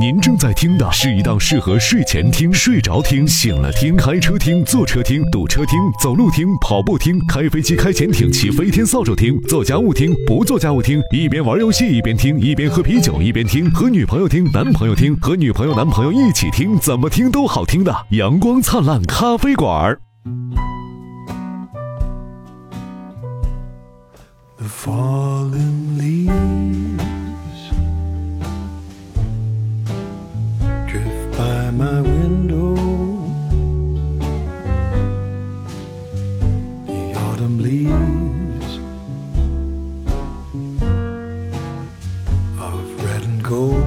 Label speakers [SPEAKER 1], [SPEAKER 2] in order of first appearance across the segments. [SPEAKER 1] 您正在听的是一档适合睡前听、睡着听、醒了听、开车听、坐车听、堵车听、走路听、跑步听、开飞机、开潜艇、骑飞天扫帚听、做家务听、不做家务听，一边玩游戏一边听，一边喝啤酒一边听，和女朋友听、男朋友听，和女朋友、男朋友一起听，怎么听都好听的阳光灿烂咖啡馆儿。
[SPEAKER 2] The fallen leaves drift by my window. The autumn leaves of red and gold.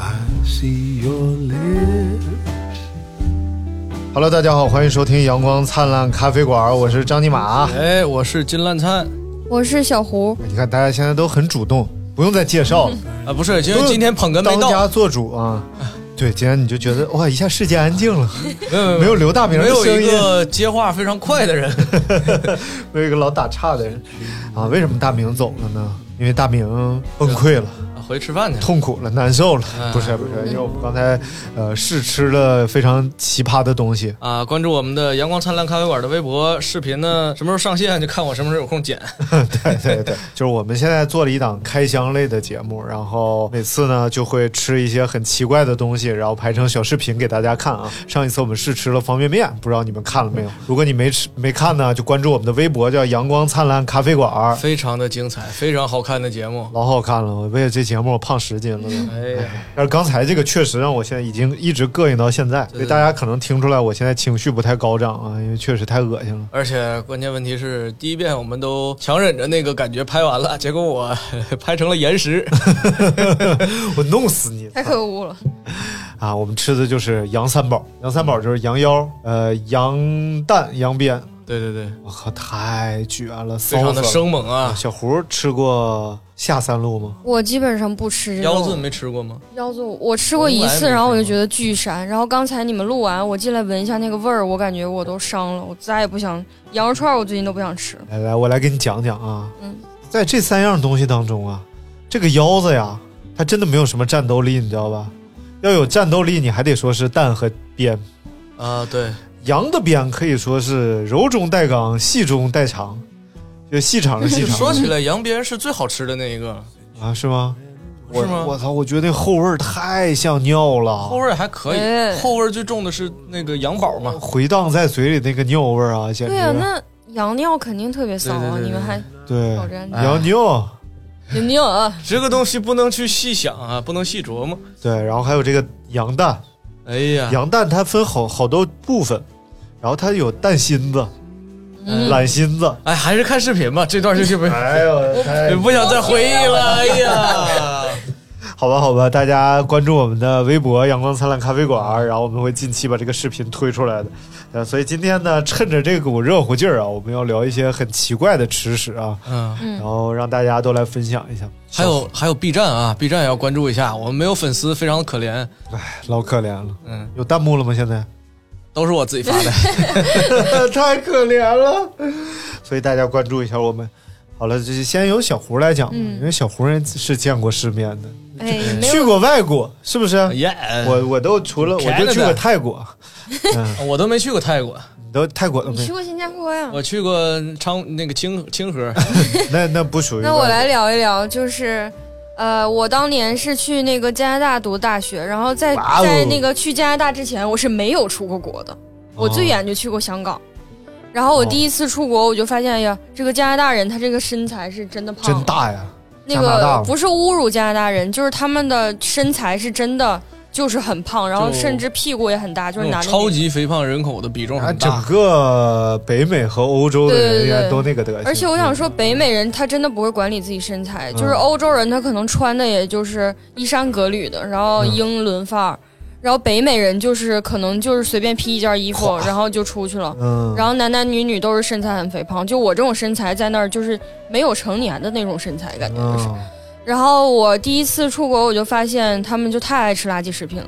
[SPEAKER 2] I see your lips.
[SPEAKER 3] Hello，大家好，欢迎收听阳光灿烂咖啡馆，我是张尼玛。
[SPEAKER 4] 哎，我是金烂灿
[SPEAKER 5] 我是小胡，
[SPEAKER 3] 你看大家现在都很主动，不用再介 绍了，
[SPEAKER 4] 啊，不是，因为今天捧哏没
[SPEAKER 3] 当家
[SPEAKER 4] 到，
[SPEAKER 3] 做主啊。对，今天你就觉得哇，一下世界安静 了，
[SPEAKER 4] 没有
[SPEAKER 3] 没有刘大明
[SPEAKER 4] 没
[SPEAKER 3] 的
[SPEAKER 4] 有
[SPEAKER 3] 声
[SPEAKER 4] 一
[SPEAKER 3] 音，
[SPEAKER 4] 个接话非常快的人，
[SPEAKER 3] 没有一个老打岔的人啊。为什么大明走了呢？因为大明崩溃了，
[SPEAKER 4] 啊回去吃饭去。
[SPEAKER 3] 痛苦了，难受了。
[SPEAKER 4] 啊
[SPEAKER 3] 不是不是，因为我们刚才呃试吃了非常奇葩的东西。
[SPEAKER 4] 啊，关注我们的阳光灿烂咖啡馆的微博视频呢，什么时候上线就看我什么时候有空剪。
[SPEAKER 3] 对对对，就是我们现在做了一档开箱类的节目，然后每次呢就会吃一些很奇怪的东西，然后拍成小视频给大家看啊。上一次我们试吃了方便面，不知道你们看了没有？如果你没吃没看呢，就关注我们的微博，叫“阳光灿烂咖啡馆儿
[SPEAKER 4] 非常的精彩，非常好看的节”，目。
[SPEAKER 3] 老好看了。我为了这节目我胖十斤了都。
[SPEAKER 4] 哎呀，
[SPEAKER 3] 但是刚才这个确实让我现在已经一直膈应到现在，所以大家可能听出来我现在情绪不太高涨啊，因为确实太恶心了。
[SPEAKER 4] 而且关键问题是，第一遍我们都强忍着那个感觉拍完了，结果我 拍成了延时。
[SPEAKER 3] 我弄死你！
[SPEAKER 5] 太可恶了。
[SPEAKER 3] 啊，我们吃的就是羊三宝，羊三宝就是羊腰、呃羊蛋、羊鞭。
[SPEAKER 4] 对对对，
[SPEAKER 3] 我靠，太绝了，
[SPEAKER 4] 非常的
[SPEAKER 3] 骚死了
[SPEAKER 4] 生猛啊！
[SPEAKER 3] 小胡吃过下三路吗？
[SPEAKER 5] 我基本上不
[SPEAKER 3] 哎
[SPEAKER 5] 吃
[SPEAKER 4] 腰
[SPEAKER 5] 肉
[SPEAKER 4] 子，没吃过吗？
[SPEAKER 5] 腰子我吃过一
[SPEAKER 4] 从来没吃
[SPEAKER 5] 次，
[SPEAKER 4] 过
[SPEAKER 5] 然后我就觉得巨膻。然后刚才你们录完，我进来闻一下那个味儿，我感觉我都伤了，我再也不想羊肉串，我最近都不想吃。
[SPEAKER 3] 来来，我来给你讲讲啊。
[SPEAKER 5] 嗯
[SPEAKER 3] 在这三样东西当中啊，这个腰子呀，它真的没有什么战斗力，你知道吧？要有战斗力，你还得说是蛋和鞭。
[SPEAKER 4] 啊，对，
[SPEAKER 3] 羊的鞭可以说是柔中带刚，细中带长，就细长的细长。
[SPEAKER 4] 说起来羊鞭是最好吃的那一个，
[SPEAKER 3] 啊，是吗？我
[SPEAKER 4] 是吗
[SPEAKER 3] 我操！我觉得那后味儿太像尿了，
[SPEAKER 4] 后味儿还可以，
[SPEAKER 5] 哎
[SPEAKER 4] 后味儿最重的是那个羊宝嘛。
[SPEAKER 3] 回荡在嘴里那个尿味儿啊，简直
[SPEAKER 5] 对呀、那羊尿肯定特别骚啊！
[SPEAKER 4] 对对对对
[SPEAKER 5] 你们还
[SPEAKER 3] 对
[SPEAKER 5] 挑战
[SPEAKER 4] 哎
[SPEAKER 3] 羊尿，
[SPEAKER 5] 羊尿啊？
[SPEAKER 4] 这个东西不能去细想啊，不能细琢磨。
[SPEAKER 3] 对，然后还有这个羊蛋，
[SPEAKER 4] 哎呀，
[SPEAKER 3] 羊蛋它分好好多部分，然后它有蛋心子、
[SPEAKER 5] 嗯
[SPEAKER 3] 懒心子，
[SPEAKER 4] 哎，还是看视频吧，这段就就不、
[SPEAKER 3] 哎呦，太
[SPEAKER 4] 不想再回忆了。哎呀，
[SPEAKER 3] 好吧，好吧，大家关注我们的微博“阳光灿烂咖啡馆”，然后我们会近期把这个视频推出来的。呃，所以今天呢，趁着这股热乎劲儿啊，我们要聊一些很奇怪的吃食啊，
[SPEAKER 4] 嗯，
[SPEAKER 3] 然后让大家都来分享一下。
[SPEAKER 4] 还有还有 B 站啊，B 站也要关注一下，我们没有粉丝，非常可怜。
[SPEAKER 3] 老可怜了，
[SPEAKER 4] 嗯，
[SPEAKER 3] 有弹幕了吗？现在？
[SPEAKER 4] 都是我自己发的。
[SPEAKER 3] 太可怜了。所以大家关注一下我们。好了，这先由小胡来讲吧，
[SPEAKER 5] 嗯
[SPEAKER 3] 因为小胡人是见过世面的，
[SPEAKER 5] 哎，没
[SPEAKER 3] 去
[SPEAKER 5] 有
[SPEAKER 3] 过外国，是不是？
[SPEAKER 4] 耶、
[SPEAKER 3] 我我都除了我
[SPEAKER 4] Canada
[SPEAKER 3] 就去过泰国，
[SPEAKER 4] 我我都没去过泰国，
[SPEAKER 3] 你都泰国都
[SPEAKER 5] 你
[SPEAKER 3] 没
[SPEAKER 5] 去，过新加坡呀？
[SPEAKER 4] 我去过昌那个清清河。
[SPEAKER 3] 那那不属于。
[SPEAKER 5] 那我，来聊一聊，就是，呃，我当年是去那个加拿大读大学，然后在、
[SPEAKER 3] 哇哦
[SPEAKER 5] 在那个去加拿大之前，我是没有出过国的，我
[SPEAKER 3] 哦
[SPEAKER 5] 最远就去过香港。然后我第一次出国，我就发现，哎呀，这个加拿大人他这个身材是真的胖，
[SPEAKER 3] 真。大呀！
[SPEAKER 5] 那
[SPEAKER 3] 加拿大
[SPEAKER 5] 个
[SPEAKER 3] 吗
[SPEAKER 5] 不是侮辱加拿大人，就是他们的身材是真的就是很胖，然后
[SPEAKER 4] 就
[SPEAKER 5] 甚至屁股也很大，就是
[SPEAKER 4] 那
[SPEAKER 5] 男
[SPEAKER 4] 种
[SPEAKER 5] 的
[SPEAKER 4] 超级肥胖人口的比重
[SPEAKER 3] 啊，
[SPEAKER 4] 很
[SPEAKER 3] 整
[SPEAKER 4] 大，
[SPEAKER 3] 个北美和欧洲的人
[SPEAKER 5] 对对
[SPEAKER 3] 员
[SPEAKER 5] 对
[SPEAKER 3] 都那个德行。
[SPEAKER 5] 而且我想说，北美人他真的不会管理自己身材，
[SPEAKER 3] 嗯
[SPEAKER 5] 就是欧洲人他可能穿的也就是衣衫革履的，然后
[SPEAKER 3] 嗯
[SPEAKER 5] 英伦范儿，然后北美人就是可能就是随便披一件衣服，然后就出去了。
[SPEAKER 3] 嗯，
[SPEAKER 5] 然后男男女女都是身材很肥胖，就我这种身材在那儿就是没有成年的那种身材感觉就是。
[SPEAKER 3] 嗯，
[SPEAKER 5] 然后我第一次出国，我就发现他们就太爱吃垃圾食品了。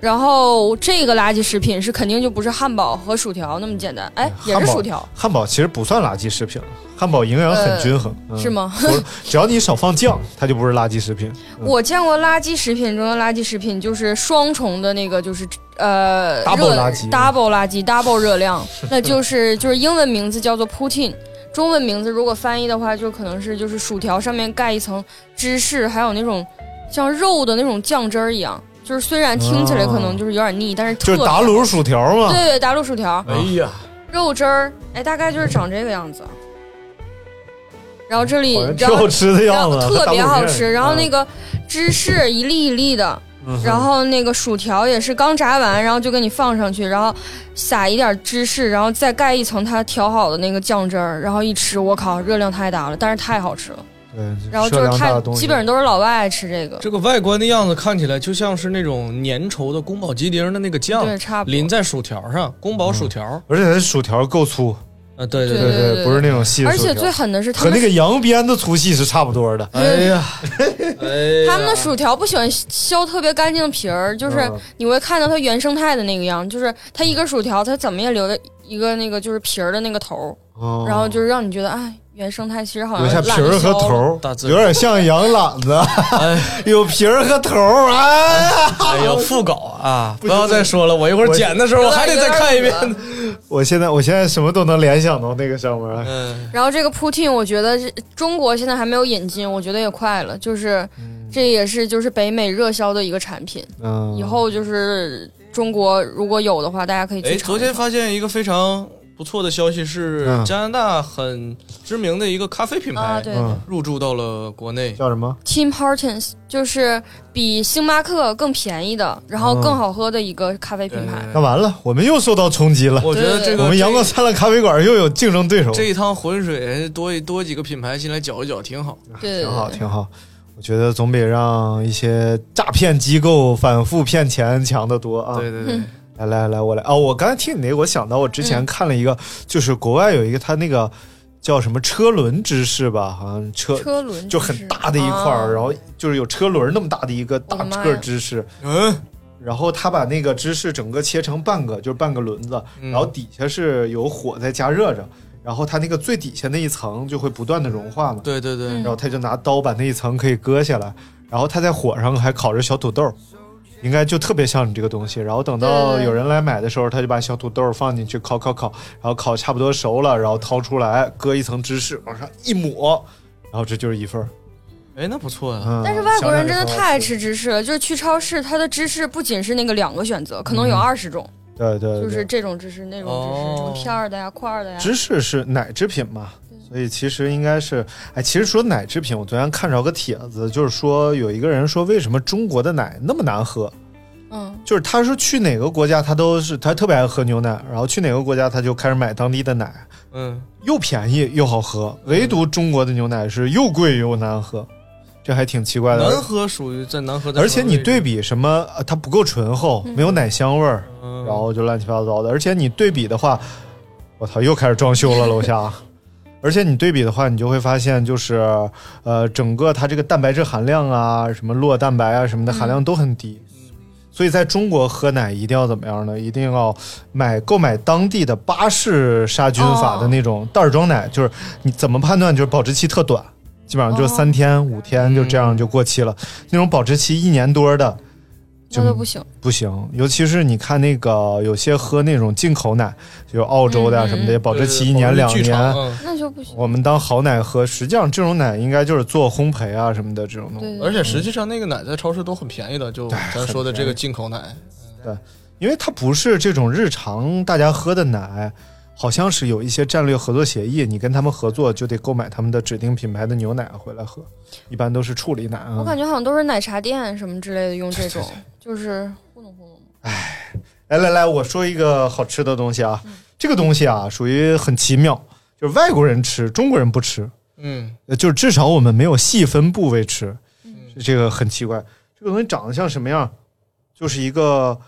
[SPEAKER 5] 然后这个垃圾食品是肯定就不是汉堡和薯条那么简单，哎，
[SPEAKER 3] 嗯
[SPEAKER 5] 也
[SPEAKER 3] 汉
[SPEAKER 5] 是
[SPEAKER 3] 堡
[SPEAKER 5] 薯条，
[SPEAKER 3] 汉堡其实不算垃圾食品，汉堡营养很均衡，嗯
[SPEAKER 5] 是？吗？
[SPEAKER 3] 不是只要你少放酱，它就不是垃圾食品。嗯
[SPEAKER 5] 我见过垃圾食品中的垃圾食品，就是双重的那个，就是呃
[SPEAKER 3] Double
[SPEAKER 5] 热
[SPEAKER 3] 垃圾
[SPEAKER 5] double 垃圾，double 热量，那就是就是英文名字叫做 poutine，中文名字如果翻译的话，就可能是就是薯条上面盖一层芝士，还有那种像肉的那种酱汁儿一样，就是虽然听起来可能就是有点腻，但是
[SPEAKER 3] 就
[SPEAKER 5] 特
[SPEAKER 3] 是打卤薯条嘛，
[SPEAKER 5] 对对打卤薯条，
[SPEAKER 4] 哎呀，
[SPEAKER 5] 肉汁儿，哎，大概就是长这个样子。然后这里
[SPEAKER 3] 好像，挺
[SPEAKER 5] 然后
[SPEAKER 3] 好吃的
[SPEAKER 5] 然
[SPEAKER 3] 样
[SPEAKER 5] 后
[SPEAKER 3] 子，
[SPEAKER 5] 特别好吃。然后那
[SPEAKER 3] 个，
[SPEAKER 5] 个芝士一粒一粒的，
[SPEAKER 3] 嗯
[SPEAKER 5] 然后那个薯条也是刚炸完，然后就给你放上去，然后撒一点芝士，然后再盖一层它调好的那个酱汁儿，然后一吃，我靠，热量太大了，但是太好吃了。
[SPEAKER 3] 对
[SPEAKER 5] 然后就是
[SPEAKER 3] 热量大
[SPEAKER 5] 太
[SPEAKER 3] 的东，西
[SPEAKER 5] 基本上都是老外爱吃这个，
[SPEAKER 4] 这个外观的样子看起来就像是那种粘稠的宫保鸡丁的那个酱
[SPEAKER 5] 对，差不多。
[SPEAKER 4] 淋在薯条上，宫保薯条。
[SPEAKER 3] 而且它薯条够粗，
[SPEAKER 4] 啊，对
[SPEAKER 5] 对
[SPEAKER 4] 对，
[SPEAKER 5] 对
[SPEAKER 3] 不是那种细的
[SPEAKER 5] 而
[SPEAKER 3] 薯条，
[SPEAKER 5] 且最狠的是他
[SPEAKER 3] 和
[SPEAKER 5] 们
[SPEAKER 3] 那个羊鞭的粗细是差不多的。
[SPEAKER 4] 哎呀，哎呀，
[SPEAKER 5] 他们的薯条不喜欢削特别干净的皮儿，就是
[SPEAKER 3] 嗯
[SPEAKER 5] 你会看到它原生态的那个样，就是它一根薯条，它怎么也留着一个那个就是皮儿的那个头儿，
[SPEAKER 3] 哦
[SPEAKER 5] 然后就是让你觉得，哎，原生态其实好
[SPEAKER 3] 留
[SPEAKER 5] 像
[SPEAKER 3] 下
[SPEAKER 5] 懒
[SPEAKER 3] 皮
[SPEAKER 5] 得
[SPEAKER 3] 儿和
[SPEAKER 5] 削了
[SPEAKER 3] 头儿
[SPEAKER 4] 大，自
[SPEAKER 3] 有
[SPEAKER 4] 然
[SPEAKER 3] 点像羊懒子，
[SPEAKER 4] 哎，
[SPEAKER 3] 有皮儿和头儿。哎呀，
[SPEAKER 4] 哎呀，副稿啊，不
[SPEAKER 3] 行
[SPEAKER 4] 要再说了，我一会儿
[SPEAKER 3] 我
[SPEAKER 4] 剪的时候我还得再看一遍。
[SPEAKER 3] 我现在我现在什么都能联想到那个上面。
[SPEAKER 4] 嗯，
[SPEAKER 5] 然后这个 poutine，我觉得是中国现在还没有引进，我觉得也快了，就是这也是就是北美热销的一个产品，
[SPEAKER 3] 嗯，
[SPEAKER 5] 以后就是中国如果有的话，大家可以
[SPEAKER 4] 哎，
[SPEAKER 5] 去尝
[SPEAKER 4] 昨
[SPEAKER 5] 一尝。
[SPEAKER 4] 天发现一个非常不错的消息是
[SPEAKER 3] 嗯，
[SPEAKER 4] 加拿大很知名的一个咖啡品
[SPEAKER 5] 啊，
[SPEAKER 4] 牌
[SPEAKER 5] 对。
[SPEAKER 3] 嗯
[SPEAKER 4] 入驻到了国内。
[SPEAKER 3] 叫什么？
[SPEAKER 5] Tim Hortons 就是比星巴克更便宜的，然后更好喝的一个咖啡品牌。
[SPEAKER 4] 呃
[SPEAKER 3] 那完了，我们又受到冲击了。
[SPEAKER 4] 我觉得这
[SPEAKER 5] 对
[SPEAKER 4] 个
[SPEAKER 3] 我们阳光灿烂咖啡馆又有竞争对手，
[SPEAKER 4] 这一趟浑水多多几个品牌进来搅一搅挺好。
[SPEAKER 3] 嗯
[SPEAKER 5] 对，
[SPEAKER 3] 挺好，挺好。我觉得总比让一些诈骗机构反复骗钱强得多啊！
[SPEAKER 4] 对对对，
[SPEAKER 5] 嗯
[SPEAKER 3] 来来来，我来哦！我刚才听你那个，我想到我之前看了一个，就是国外有一个他那个叫什么车轮芝士吧，好像车
[SPEAKER 5] 车轮嗯啊
[SPEAKER 3] 就很大的一块儿，然后就是有车轮那么大的一个大
[SPEAKER 5] 我的妈
[SPEAKER 3] 个
[SPEAKER 5] 呀
[SPEAKER 3] 芝士，
[SPEAKER 4] 嗯，
[SPEAKER 3] 然后他把那个芝士整个切成半个，就是半个轮子，
[SPEAKER 4] 嗯
[SPEAKER 3] 然后底下是有火在加热着，然后它那个最底下那一层就会不断的融化嘛，
[SPEAKER 4] 对对对
[SPEAKER 5] 嗯
[SPEAKER 3] 然后他就拿刀把那一层可以割下来，然后他在火上还烤着小土豆，应该就特别像你这个东西。然后等到
[SPEAKER 5] 对
[SPEAKER 3] 有人来买的时候，他就把小土豆放进去烤烤烤，然后烤差不多熟了，然后掏出来，搁一层芝士往上一抹，然后这就是一份儿。
[SPEAKER 4] 哎，那不错呀。
[SPEAKER 3] 嗯，
[SPEAKER 5] 但是外国人真
[SPEAKER 3] 想想
[SPEAKER 5] 的
[SPEAKER 3] 就
[SPEAKER 5] 太
[SPEAKER 3] 很好
[SPEAKER 5] 爱。吃芝士了，就是去超市，它的芝士不仅是那个两个选择，可能
[SPEAKER 3] 嗯
[SPEAKER 5] 有二十种，
[SPEAKER 3] 对对对，
[SPEAKER 5] 就是这种芝士、那种芝士，
[SPEAKER 4] 哦
[SPEAKER 5] 什么片儿的呀、块儿的呀。
[SPEAKER 3] 芝士是奶制品嘛，所以其实应该是，哎，其实说奶制品，我昨天看着个帖子，就是说有一个人说为什么中国的奶那么难喝，
[SPEAKER 5] 嗯，
[SPEAKER 3] 就是他说去哪个国家他都是他特别爱喝牛奶，然后去哪个国家他就开始买当地的奶，
[SPEAKER 4] 嗯，
[SPEAKER 3] 又便宜又好喝，唯独中国的牛奶是又贵又难喝，这还挺奇怪
[SPEAKER 4] 南
[SPEAKER 3] 的。
[SPEAKER 4] 河属于在南河，
[SPEAKER 3] 嗯而且你对，比什么，呃它不够醇厚，没有奶香味儿，
[SPEAKER 4] 嗯
[SPEAKER 3] 然后就乱七八糟的。而且你对比的话，我操，又开始装修了楼下。 而且你对比的话，你就会发现，就是呃，整个它这个蛋白质含量啊，什么酪蛋白啊什么的含量都很低。所以在中国喝奶一定要怎么样呢？一定要买购买当地的巴氏杀菌法的那种袋儿装奶，就是你怎么判断？就是保质期特短，基本上就
[SPEAKER 5] 哦
[SPEAKER 3] 三天、五天就这样就过期了。那种保质期一年多的，就
[SPEAKER 5] 那都不行。
[SPEAKER 3] 不行，尤其是你看那个有些喝那种进口奶，就澳洲的啊
[SPEAKER 5] 嗯
[SPEAKER 3] 什么的，也保质期
[SPEAKER 4] 对
[SPEAKER 3] 一年两
[SPEAKER 4] 巨长
[SPEAKER 3] 年。
[SPEAKER 4] 嗯
[SPEAKER 5] 那就不行。
[SPEAKER 3] 我们当好奶喝，实际上这种奶应该就是做烘焙啊什么的这种东西。
[SPEAKER 5] 对，
[SPEAKER 4] 而且实际上那个奶在超市都很便宜的，就
[SPEAKER 3] 哎
[SPEAKER 4] 咱说的这个进口奶，
[SPEAKER 3] 因为它不是这种日常大家喝的奶，好像是有一些战略合作协议，你跟他们合作就得购买他们的指定品牌的牛奶回来喝，一般都是处理奶
[SPEAKER 5] 我
[SPEAKER 3] 啊。
[SPEAKER 5] 感觉好像都是奶茶店什么之类的用这种，就是糊弄糊弄。
[SPEAKER 3] 来来来，我说一个好吃的东西啊，这个东西啊属于很奇妙，就是外国人吃，中国人不吃。
[SPEAKER 4] 嗯，
[SPEAKER 3] 呃，就是至少我们没有细分部位吃，
[SPEAKER 5] 嗯
[SPEAKER 3] 这个很奇怪。这个东西长得像什么样？就是一个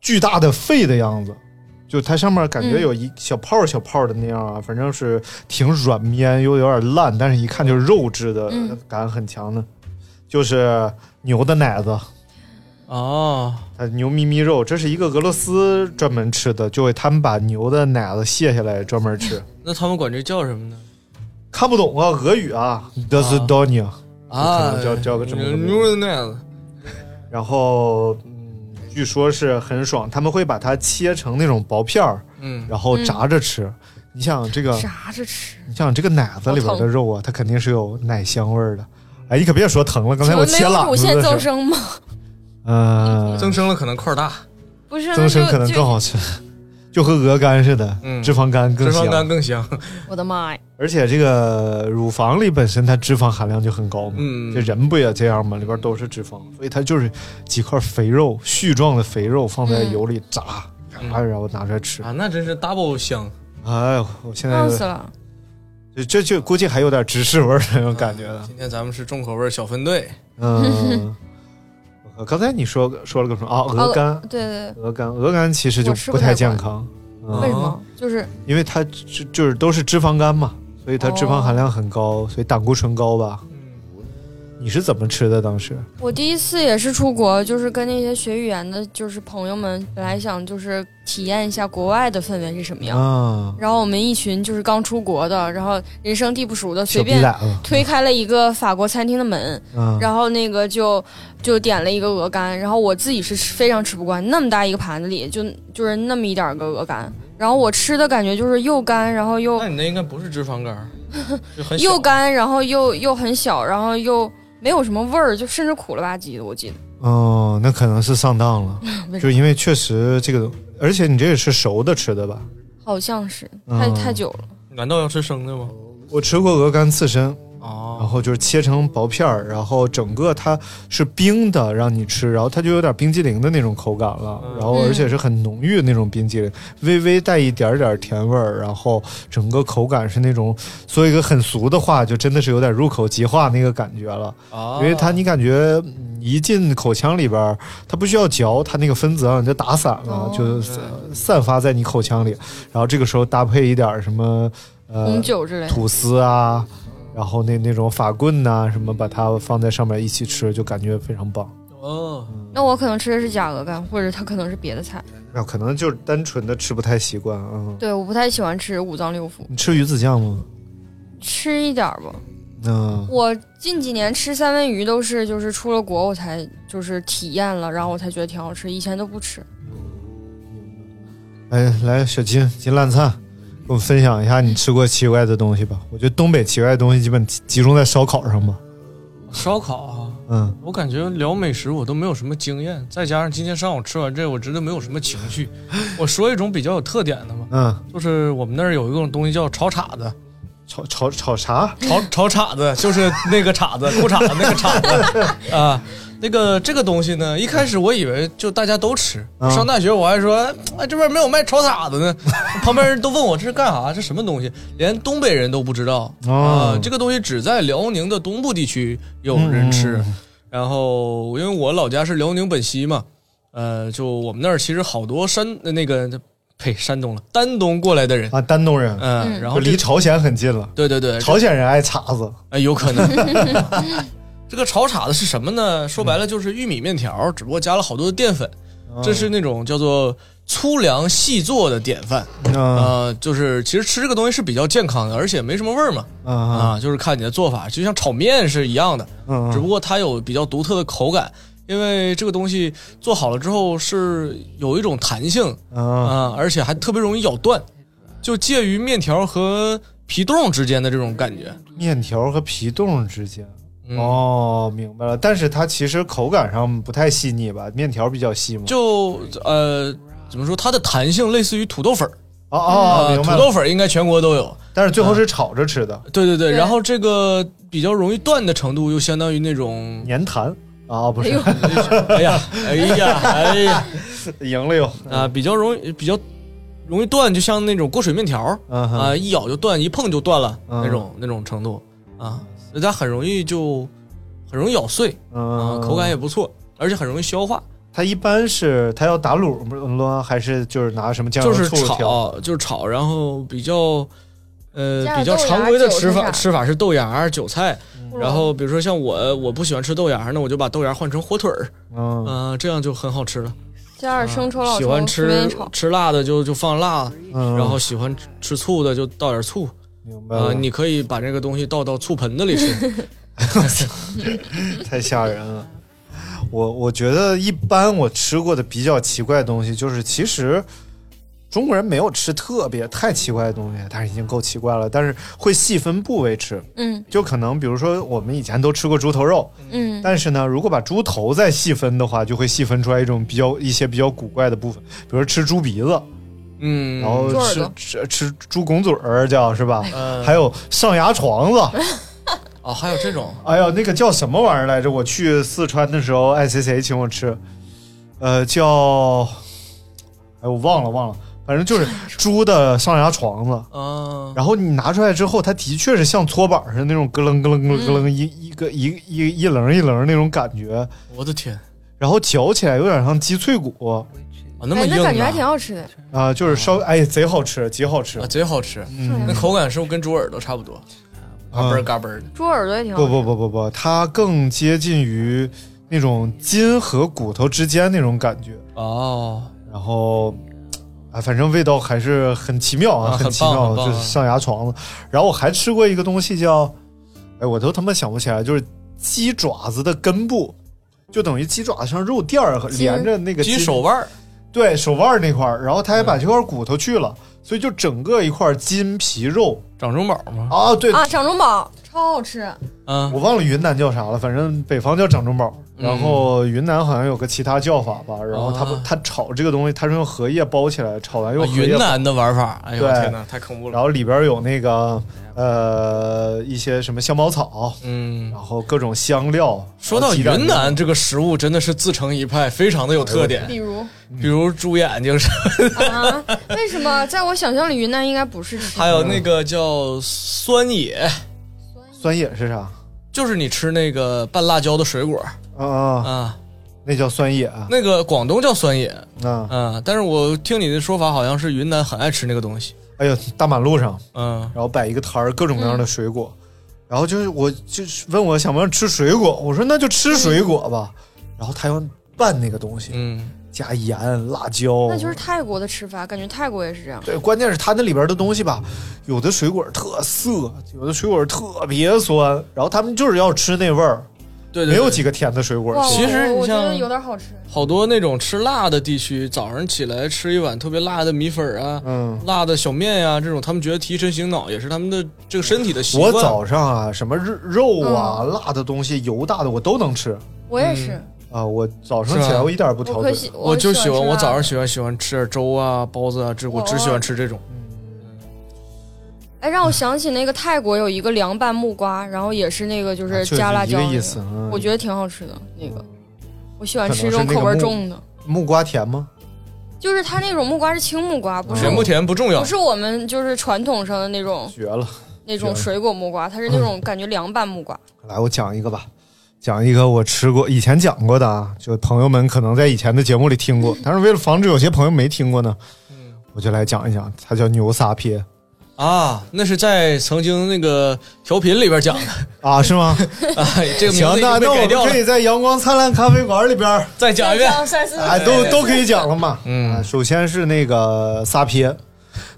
[SPEAKER 3] 巨大的肺的样子，就它上面感觉
[SPEAKER 5] 嗯
[SPEAKER 3] 有一小泡儿小泡儿的那样啊，反正是挺软绵又有点烂，但是一看就是肉质的
[SPEAKER 5] 嗯
[SPEAKER 3] 感很强的。就是牛的奶子，
[SPEAKER 4] 哦，
[SPEAKER 3] 它牛咪咪肉，这是一个俄罗斯专门吃的，就会他们把牛的奶子卸下来专门 吃。
[SPEAKER 4] 那他们管这叫什么呢？
[SPEAKER 3] 看不懂啊，俄语啊 d o s d o n i a 可
[SPEAKER 4] 啊，
[SPEAKER 3] 能叫叫个这么个名字
[SPEAKER 4] 牛的那样子，
[SPEAKER 3] 然后嗯，据说是很爽，他们会把它切成那种薄片儿，
[SPEAKER 4] 嗯，
[SPEAKER 3] 然后炸着吃。你想这个，
[SPEAKER 5] 炸着吃。
[SPEAKER 3] 你想这个奶子里边
[SPEAKER 5] 好
[SPEAKER 3] 的
[SPEAKER 5] 疼
[SPEAKER 3] 肉啊，它肯定是有奶香味儿的。哎，你可别说疼了，刚才我切
[SPEAKER 5] 请问没有
[SPEAKER 3] 喇
[SPEAKER 5] 乳
[SPEAKER 3] 子
[SPEAKER 5] 腺
[SPEAKER 3] 的
[SPEAKER 5] 增
[SPEAKER 3] 时候，
[SPEAKER 5] 生 吗？
[SPEAKER 3] 嗯、
[SPEAKER 4] 增生了可能块儿大，
[SPEAKER 5] 不是，
[SPEAKER 3] 增
[SPEAKER 5] 那
[SPEAKER 3] 生
[SPEAKER 5] 就
[SPEAKER 3] 可能
[SPEAKER 5] 就
[SPEAKER 3] 更好吃，就和鹅肝似的，
[SPEAKER 4] 嗯
[SPEAKER 3] 脂肪肝
[SPEAKER 4] 脂
[SPEAKER 3] 更
[SPEAKER 4] 肪
[SPEAKER 3] 香。
[SPEAKER 4] 肝更香，
[SPEAKER 5] 我的妈呀！
[SPEAKER 3] 而且这个乳房里本身它脂肪含量就很高嘛，
[SPEAKER 4] 嗯
[SPEAKER 3] 这人不也这样吗？里边都是脂肪，所以它就是几块肥肉，絮状的肥肉放在
[SPEAKER 5] 嗯
[SPEAKER 3] 油里炸，
[SPEAKER 4] 嗯
[SPEAKER 3] 然后拿出来吃。
[SPEAKER 4] 啊，那真是 double 香，
[SPEAKER 3] 哎呦，我现在
[SPEAKER 5] 胖死了！
[SPEAKER 3] 这这就估计还有点芝士味儿的那种感觉的。
[SPEAKER 4] 今天咱们是重口味小分队，
[SPEAKER 3] 嗯，我刚才你说说了个什么啊？鹅肝，
[SPEAKER 5] 对对
[SPEAKER 3] 鹅肝，鹅肝其实就
[SPEAKER 5] 哦我吃
[SPEAKER 3] 不
[SPEAKER 5] 不太
[SPEAKER 3] 太健
[SPEAKER 5] 惯
[SPEAKER 3] 康，
[SPEAKER 5] 对，
[SPEAKER 3] 嗯
[SPEAKER 5] 为什么？就是
[SPEAKER 3] 因为它就就是都是脂肪肝嘛，所以它脂
[SPEAKER 5] 哦
[SPEAKER 3] 肪含量很高，所以胆固醇高吧。
[SPEAKER 4] 嗯
[SPEAKER 3] 你是怎么吃的？当时
[SPEAKER 5] 我第一次也是出国，就是跟那些学语言的，就是朋友们，本来想就是体验一下国外的氛围是什么样。
[SPEAKER 3] 啊，
[SPEAKER 5] 然后我们一群就是刚出国的，然后人生地不熟的，随
[SPEAKER 3] 小逼啊
[SPEAKER 5] 便
[SPEAKER 3] 崽子，
[SPEAKER 5] 推开了一个法国餐厅的门，
[SPEAKER 3] 嗯，
[SPEAKER 5] 然后那个就就点了一个鹅肝，然后我自己是吃非常吃不惯，那么大一个盘子里就就是那么一点儿个鹅肝，然后我吃的感觉就是又干，然后又
[SPEAKER 3] 哎
[SPEAKER 4] 那你那应该不是脂肪肝，就很小
[SPEAKER 5] 又干，然后又又很小，然后又没有什么味儿，就甚至苦了吧唧的，我记得。
[SPEAKER 3] 哦，那可能是上当了，
[SPEAKER 5] 为什
[SPEAKER 3] 就因为确实这个，而且你这也是熟的吃的吧？
[SPEAKER 5] 好像是太
[SPEAKER 3] 嗯
[SPEAKER 5] 太久了，
[SPEAKER 4] 难道要吃生的吗？
[SPEAKER 3] 我吃过鹅肝刺身，然
[SPEAKER 4] 哦，
[SPEAKER 3] 后就是切成薄片儿，然后整个它是冰的，让你吃，然后它就有点冰激凌的那种口感了，然后
[SPEAKER 5] 嗯
[SPEAKER 3] 而且是很浓郁的那种冰激凌，微微带一点点甜味儿，然后整个口感是那种，说一个很俗的话，就真的是有点入口即化那个感觉了，
[SPEAKER 5] 哦
[SPEAKER 3] 哦因为它你感觉嗯一进口腔里边儿，它不需要嚼，它那个分子啊就打散了
[SPEAKER 5] 哦，
[SPEAKER 3] 就散散发在你口腔里，然后这个时候搭配一点儿什么呃
[SPEAKER 5] 红酒之类的。
[SPEAKER 3] 吐司啊，然后那那种法棍呐、什么，把它放在上面一起吃，就感觉非常棒。
[SPEAKER 4] 哦，
[SPEAKER 5] 那我可能吃的是假鹅肝，或者它可能是别的菜。
[SPEAKER 3] 那可能就是单纯的吃不太习惯啊。嗯
[SPEAKER 5] 对，我不太喜欢吃五脏六腑，
[SPEAKER 3] 你吃鱼子酱吗？
[SPEAKER 5] 吃一点儿吧。
[SPEAKER 3] 嗯，
[SPEAKER 5] 我近几年吃三文鱼都是就是出了国我才就是体验了，然后我才觉得挺好吃，以前都不吃。
[SPEAKER 3] 哎，来小金金烂灿，给我们分享一下你吃过奇怪的东西吧。我觉得东北奇怪的东西基本集集中在烧烤上吧。
[SPEAKER 4] 烧烤啊。
[SPEAKER 3] 嗯，
[SPEAKER 4] 我感觉聊美食我都没有什么经验，再加上今天上午吃完这，我真的没有什么情绪。我说一种比较有特点的嘛，
[SPEAKER 3] 嗯，
[SPEAKER 4] 就是我们那儿有一种东西叫炒叉子，
[SPEAKER 3] 炒炒炒啥？
[SPEAKER 4] 炒炒叉子就是那个叉子，裤衩子那个叉子 啊。那个这个东西呢，一开始我以为就大家都吃。
[SPEAKER 3] 啊
[SPEAKER 4] 上大学我还说，哎，这边没有卖炒叉子呢，旁边人都问我这是干啥，这什么东西，连东北人都不知道
[SPEAKER 3] 哦
[SPEAKER 4] 啊。这个东西只在辽宁的东部地区有人吃。
[SPEAKER 3] 嗯
[SPEAKER 4] 然后因为我老家是辽宁本溪嘛，呃，就我们那儿其实好多山那个呸山东了，丹东过来的人，
[SPEAKER 3] 啊，丹东人，
[SPEAKER 4] 嗯，
[SPEAKER 5] 嗯
[SPEAKER 4] 然
[SPEAKER 3] 就
[SPEAKER 4] 后这
[SPEAKER 3] 离朝鲜很近了。
[SPEAKER 4] 对对对，
[SPEAKER 3] 朝鲜人爱叉子，
[SPEAKER 4] 哎，有可能。 这个炒叉子是什么呢？说白了就是玉米面条，只不过加了好多的淀粉。
[SPEAKER 3] 哦
[SPEAKER 4] 这是那种叫做粗粮细做的典范。
[SPEAKER 3] 嗯
[SPEAKER 4] 呃，就是其实吃这个东西是比较健康的，而且没什么味儿嘛。
[SPEAKER 3] 嗯嗯
[SPEAKER 4] 啊，就是看你的做法，就像炒面是一样的，
[SPEAKER 3] 嗯，
[SPEAKER 4] 只不过它有比较独特的口感。因为这个东西做好了之后是有一种弹性
[SPEAKER 3] 嗯
[SPEAKER 4] 啊、而且还特别容易咬断，就介于面条和皮冻之间的这种感觉。
[SPEAKER 3] 面条和皮冻之间。
[SPEAKER 4] 嗯、
[SPEAKER 3] 哦，明白了。但是它其实口感上不太细腻吧？面条比较细嘛。
[SPEAKER 4] 就呃，怎么说，它的弹性类似于土豆粉儿
[SPEAKER 3] 哦哦，
[SPEAKER 4] 呃
[SPEAKER 3] 明
[SPEAKER 4] 土
[SPEAKER 3] 白了。
[SPEAKER 4] 豆粉儿应该全国都有。
[SPEAKER 3] 但是最后是炒着吃的，
[SPEAKER 4] 对对对，
[SPEAKER 5] 对
[SPEAKER 4] 然后这个比较容易断的程度，又相当于那 种，
[SPEAKER 3] 粘痰啊，不
[SPEAKER 5] 哎
[SPEAKER 3] 是
[SPEAKER 5] 呦，
[SPEAKER 4] 嗯哎呀，哎呀，哎呀，
[SPEAKER 3] 赢了又。
[SPEAKER 4] 啊，比较容易，比较容易断，就像那种锅水面条儿
[SPEAKER 3] 嗯
[SPEAKER 4] 啊，
[SPEAKER 3] 哼，
[SPEAKER 4] 一咬就断，一碰就断了
[SPEAKER 3] 嗯
[SPEAKER 4] 那种那种程度啊，所以它很容易就很容易咬碎啊，
[SPEAKER 3] 嗯，
[SPEAKER 4] 口感也。不错，而且很容易消化，
[SPEAKER 3] 它一般是它要打卤吗？还是就是拿什么酱
[SPEAKER 4] 就
[SPEAKER 3] 油
[SPEAKER 4] 是
[SPEAKER 3] 醋调？
[SPEAKER 4] 炒，就是炒，然后比较。呃，比
[SPEAKER 5] 加点
[SPEAKER 4] 较
[SPEAKER 5] 豆芽
[SPEAKER 4] 常规的
[SPEAKER 5] 韭
[SPEAKER 4] 吃
[SPEAKER 5] 菜
[SPEAKER 4] 法
[SPEAKER 5] 嗯啥
[SPEAKER 4] 吃法是豆芽、韭菜， 然后比如说像我，我不喜欢吃豆芽儿，那我就把豆芽儿换成火腿儿，
[SPEAKER 3] 嗯
[SPEAKER 4] 啊、这样就很好吃了。
[SPEAKER 5] 加点生抽、老
[SPEAKER 4] 喜
[SPEAKER 5] 抽、
[SPEAKER 4] 欢
[SPEAKER 5] 随
[SPEAKER 4] 吃
[SPEAKER 5] 便炒。
[SPEAKER 4] 吃辣的就就放辣，
[SPEAKER 3] 嗯，
[SPEAKER 4] 然后喜欢吃醋的就倒点醋
[SPEAKER 3] 明白
[SPEAKER 4] 啊、
[SPEAKER 3] 了，
[SPEAKER 4] 你可以把这个东西倒到醋盆子 里吃。
[SPEAKER 3] 太吓人了。我我觉得一般我吃过的比较奇怪的东西，就是其实中国人没有吃特别太奇怪的东西，但是已经够奇怪了。但是会细分部位吃，
[SPEAKER 5] 嗯
[SPEAKER 3] 就可能比如说我们以前都吃过猪头肉，
[SPEAKER 5] 嗯，
[SPEAKER 3] 但是呢，如果把猪头再细分的话，就会细分出来一种比较一些比较古怪的部分，比如说吃猪鼻子，
[SPEAKER 4] 嗯，
[SPEAKER 3] 然后
[SPEAKER 5] 猪耳
[SPEAKER 3] 吃
[SPEAKER 5] 朵
[SPEAKER 3] 吃吃猪拱嘴儿叫是吧？
[SPEAKER 4] 呃
[SPEAKER 3] 还有上牙床子，
[SPEAKER 4] 哦，还有这种
[SPEAKER 3] 哎呀，那个叫什么玩意儿来着？我去四川的时候，爱谁谁请我吃，呃，叫，哎，我忘了忘了，反正就是猪的上牙床子。
[SPEAKER 4] 啊，
[SPEAKER 3] 然后你拿出来之后，它的确是像搓板儿似的那种咯楞咯楞咯楞咯
[SPEAKER 4] 嗯
[SPEAKER 3] 楞一一个一一一一棱一棱那种感觉，
[SPEAKER 4] 我的天
[SPEAKER 3] 然后嚼起来有点像鸡脆骨
[SPEAKER 4] 啊，那么
[SPEAKER 5] 哎，
[SPEAKER 4] 硬、啊
[SPEAKER 5] 那感觉还挺好吃的。
[SPEAKER 3] 啊、就是稍哎贼好吃，极好吃
[SPEAKER 4] 啊，。贼好吃，那
[SPEAKER 3] 嗯，
[SPEAKER 4] 口感是不是跟猪耳朵差不多？嘎嘣儿嘎嘣儿的。
[SPEAKER 5] 猪耳朵也挺好
[SPEAKER 3] 不
[SPEAKER 5] 吃。
[SPEAKER 3] 不不不不，它更接近于那种筋和骨头之间那种感觉。
[SPEAKER 4] 哦，
[SPEAKER 3] 然后啊，反正味道还是很奇妙啊，
[SPEAKER 4] 啊
[SPEAKER 3] 很
[SPEAKER 4] 很
[SPEAKER 3] 奇
[SPEAKER 4] 棒
[SPEAKER 3] 妙，
[SPEAKER 4] 很棒
[SPEAKER 3] 就是上牙床子。然后我还吃过一个东西叫，哎，我都他妈想不起来，就是鸡爪子的根部，就等于鸡爪子上肉垫儿和
[SPEAKER 5] 筋
[SPEAKER 3] 连着那个
[SPEAKER 4] 鸡
[SPEAKER 3] 筋
[SPEAKER 4] 手，嗯腕儿，
[SPEAKER 3] 对手腕儿那块儿，然后他还把这块骨头去了，所以就整个一块筋皮肉
[SPEAKER 4] 掌中宝吗？
[SPEAKER 3] 啊，对。
[SPEAKER 5] 啊，掌中宝超好吃。
[SPEAKER 4] 啊，
[SPEAKER 3] 我忘了云南叫啥了，反正北方叫掌中宝，
[SPEAKER 4] 嗯
[SPEAKER 3] 然后云南好像有个其他叫法吧。然后他不
[SPEAKER 4] 啊
[SPEAKER 3] 他炒这个东西，他是用荷叶包起来，炒完用
[SPEAKER 4] 啊
[SPEAKER 3] 荷叶
[SPEAKER 4] 云南的玩法，哎呦
[SPEAKER 3] 对
[SPEAKER 4] 天哪，太恐怖了。
[SPEAKER 3] 然后里边有那个呃一些什么香茅草，
[SPEAKER 4] 嗯
[SPEAKER 3] 然，后各种香料。
[SPEAKER 4] 说到云南这个食物，真的是自成一派，非常的有特点
[SPEAKER 5] 比，如
[SPEAKER 4] 比如猪眼睛
[SPEAKER 3] 嗯
[SPEAKER 4] 是，
[SPEAKER 5] 啊，为什么在我想象里云南应该不是吃的？
[SPEAKER 4] 还有那个叫酸野，
[SPEAKER 3] 酸野是啥？
[SPEAKER 4] 就是你吃那个拌辣椒的水果
[SPEAKER 3] 啊啊，
[SPEAKER 4] 啊，
[SPEAKER 3] 那叫酸野
[SPEAKER 4] 那个广东叫酸野
[SPEAKER 3] 啊！
[SPEAKER 4] 啊，但是我听你的说法，好像是云南很爱吃那个东西，
[SPEAKER 3] 哎呦，大马路上，
[SPEAKER 4] 嗯，
[SPEAKER 3] 然后摆一个摊儿，各种各样的水果。然后就是我就是问我想不想吃水果，我说那就吃水果吧。然后他要拌那个东西，
[SPEAKER 4] 嗯，
[SPEAKER 3] 加盐、辣椒，
[SPEAKER 5] 那就是泰国的吃法，感觉泰国也是这样。
[SPEAKER 3] 对，关键是它那里边的东西吧，有的水果特涩，有的水果特别酸，然后他们就是要吃那味儿，
[SPEAKER 4] 对对，
[SPEAKER 3] 没有
[SPEAKER 4] 对
[SPEAKER 3] 几个甜的水果
[SPEAKER 5] 哇，
[SPEAKER 3] 吃。
[SPEAKER 4] 其实
[SPEAKER 5] 我
[SPEAKER 4] 你
[SPEAKER 5] 我觉得
[SPEAKER 4] 像
[SPEAKER 5] 有点好吃。
[SPEAKER 4] 好多那种吃辣的地区，早上起来吃一碗特别辣的米粉儿啊，
[SPEAKER 3] 嗯，
[SPEAKER 4] 辣的小面呀、这种他们觉得提神醒脑，也是他们的这个身体的习
[SPEAKER 3] 我
[SPEAKER 4] 惯。
[SPEAKER 3] 早上啊，什么肉肉啊、
[SPEAKER 5] 嗯
[SPEAKER 3] 辣的东西、油大的我都能吃
[SPEAKER 5] 我也是，
[SPEAKER 4] 嗯
[SPEAKER 3] 啊。我早上
[SPEAKER 4] 是吧
[SPEAKER 3] 起来我一点儿不挑
[SPEAKER 5] 我可
[SPEAKER 3] 嘴，
[SPEAKER 5] 喜
[SPEAKER 4] 我就喜
[SPEAKER 5] 喜
[SPEAKER 4] 欢，
[SPEAKER 5] 欢吃辣
[SPEAKER 4] 我
[SPEAKER 5] 的
[SPEAKER 4] 早上喜欢喜欢吃点粥啊、包子啊，这我
[SPEAKER 5] 我
[SPEAKER 4] 只喜欢吃这种。
[SPEAKER 5] 哎，让我想起那个泰国有一个凉拌木瓜，然后也是那个就是
[SPEAKER 3] 啊就是
[SPEAKER 5] 加辣椒、
[SPEAKER 3] 一
[SPEAKER 5] 那
[SPEAKER 3] 个意思。嗯、
[SPEAKER 5] 我觉得挺好吃的那个。我喜欢
[SPEAKER 3] 可
[SPEAKER 5] 吃
[SPEAKER 3] 能
[SPEAKER 5] 这
[SPEAKER 3] 是那
[SPEAKER 5] 种
[SPEAKER 3] 个
[SPEAKER 5] 口味
[SPEAKER 3] 木
[SPEAKER 5] 重的，
[SPEAKER 3] 木瓜甜吗？
[SPEAKER 5] 就是它那种木瓜是青木瓜，
[SPEAKER 3] 嗯
[SPEAKER 5] 不是
[SPEAKER 4] 甜不甜不重要
[SPEAKER 5] 不，是我们就是传统上的那种
[SPEAKER 3] 绝了！
[SPEAKER 5] 那种水果木瓜，它
[SPEAKER 3] 嗯
[SPEAKER 5] 是那种感觉凉拌木瓜。
[SPEAKER 3] 来，我讲一个吧，讲一个我吃过以前讲过的啊，就朋友们可能在以前的节目里听 过，但是为了防止有些朋友没听过呢，
[SPEAKER 4] 嗯
[SPEAKER 3] 我就来讲一讲，它叫牛撒撇
[SPEAKER 4] 啊，那是在曾经那个调频里边讲 的
[SPEAKER 3] 啊，是吗？
[SPEAKER 4] 啊，这个名字已
[SPEAKER 3] 行，那
[SPEAKER 4] 经被
[SPEAKER 3] 那我
[SPEAKER 4] 改掉
[SPEAKER 3] 们
[SPEAKER 4] 了
[SPEAKER 3] 可，以在阳光灿烂咖啡馆里边儿，
[SPEAKER 4] 再讲一遍。
[SPEAKER 5] 三四
[SPEAKER 3] 哎，都都可以讲了嘛。
[SPEAKER 4] 嗯
[SPEAKER 3] 啊首先是那个撒撇，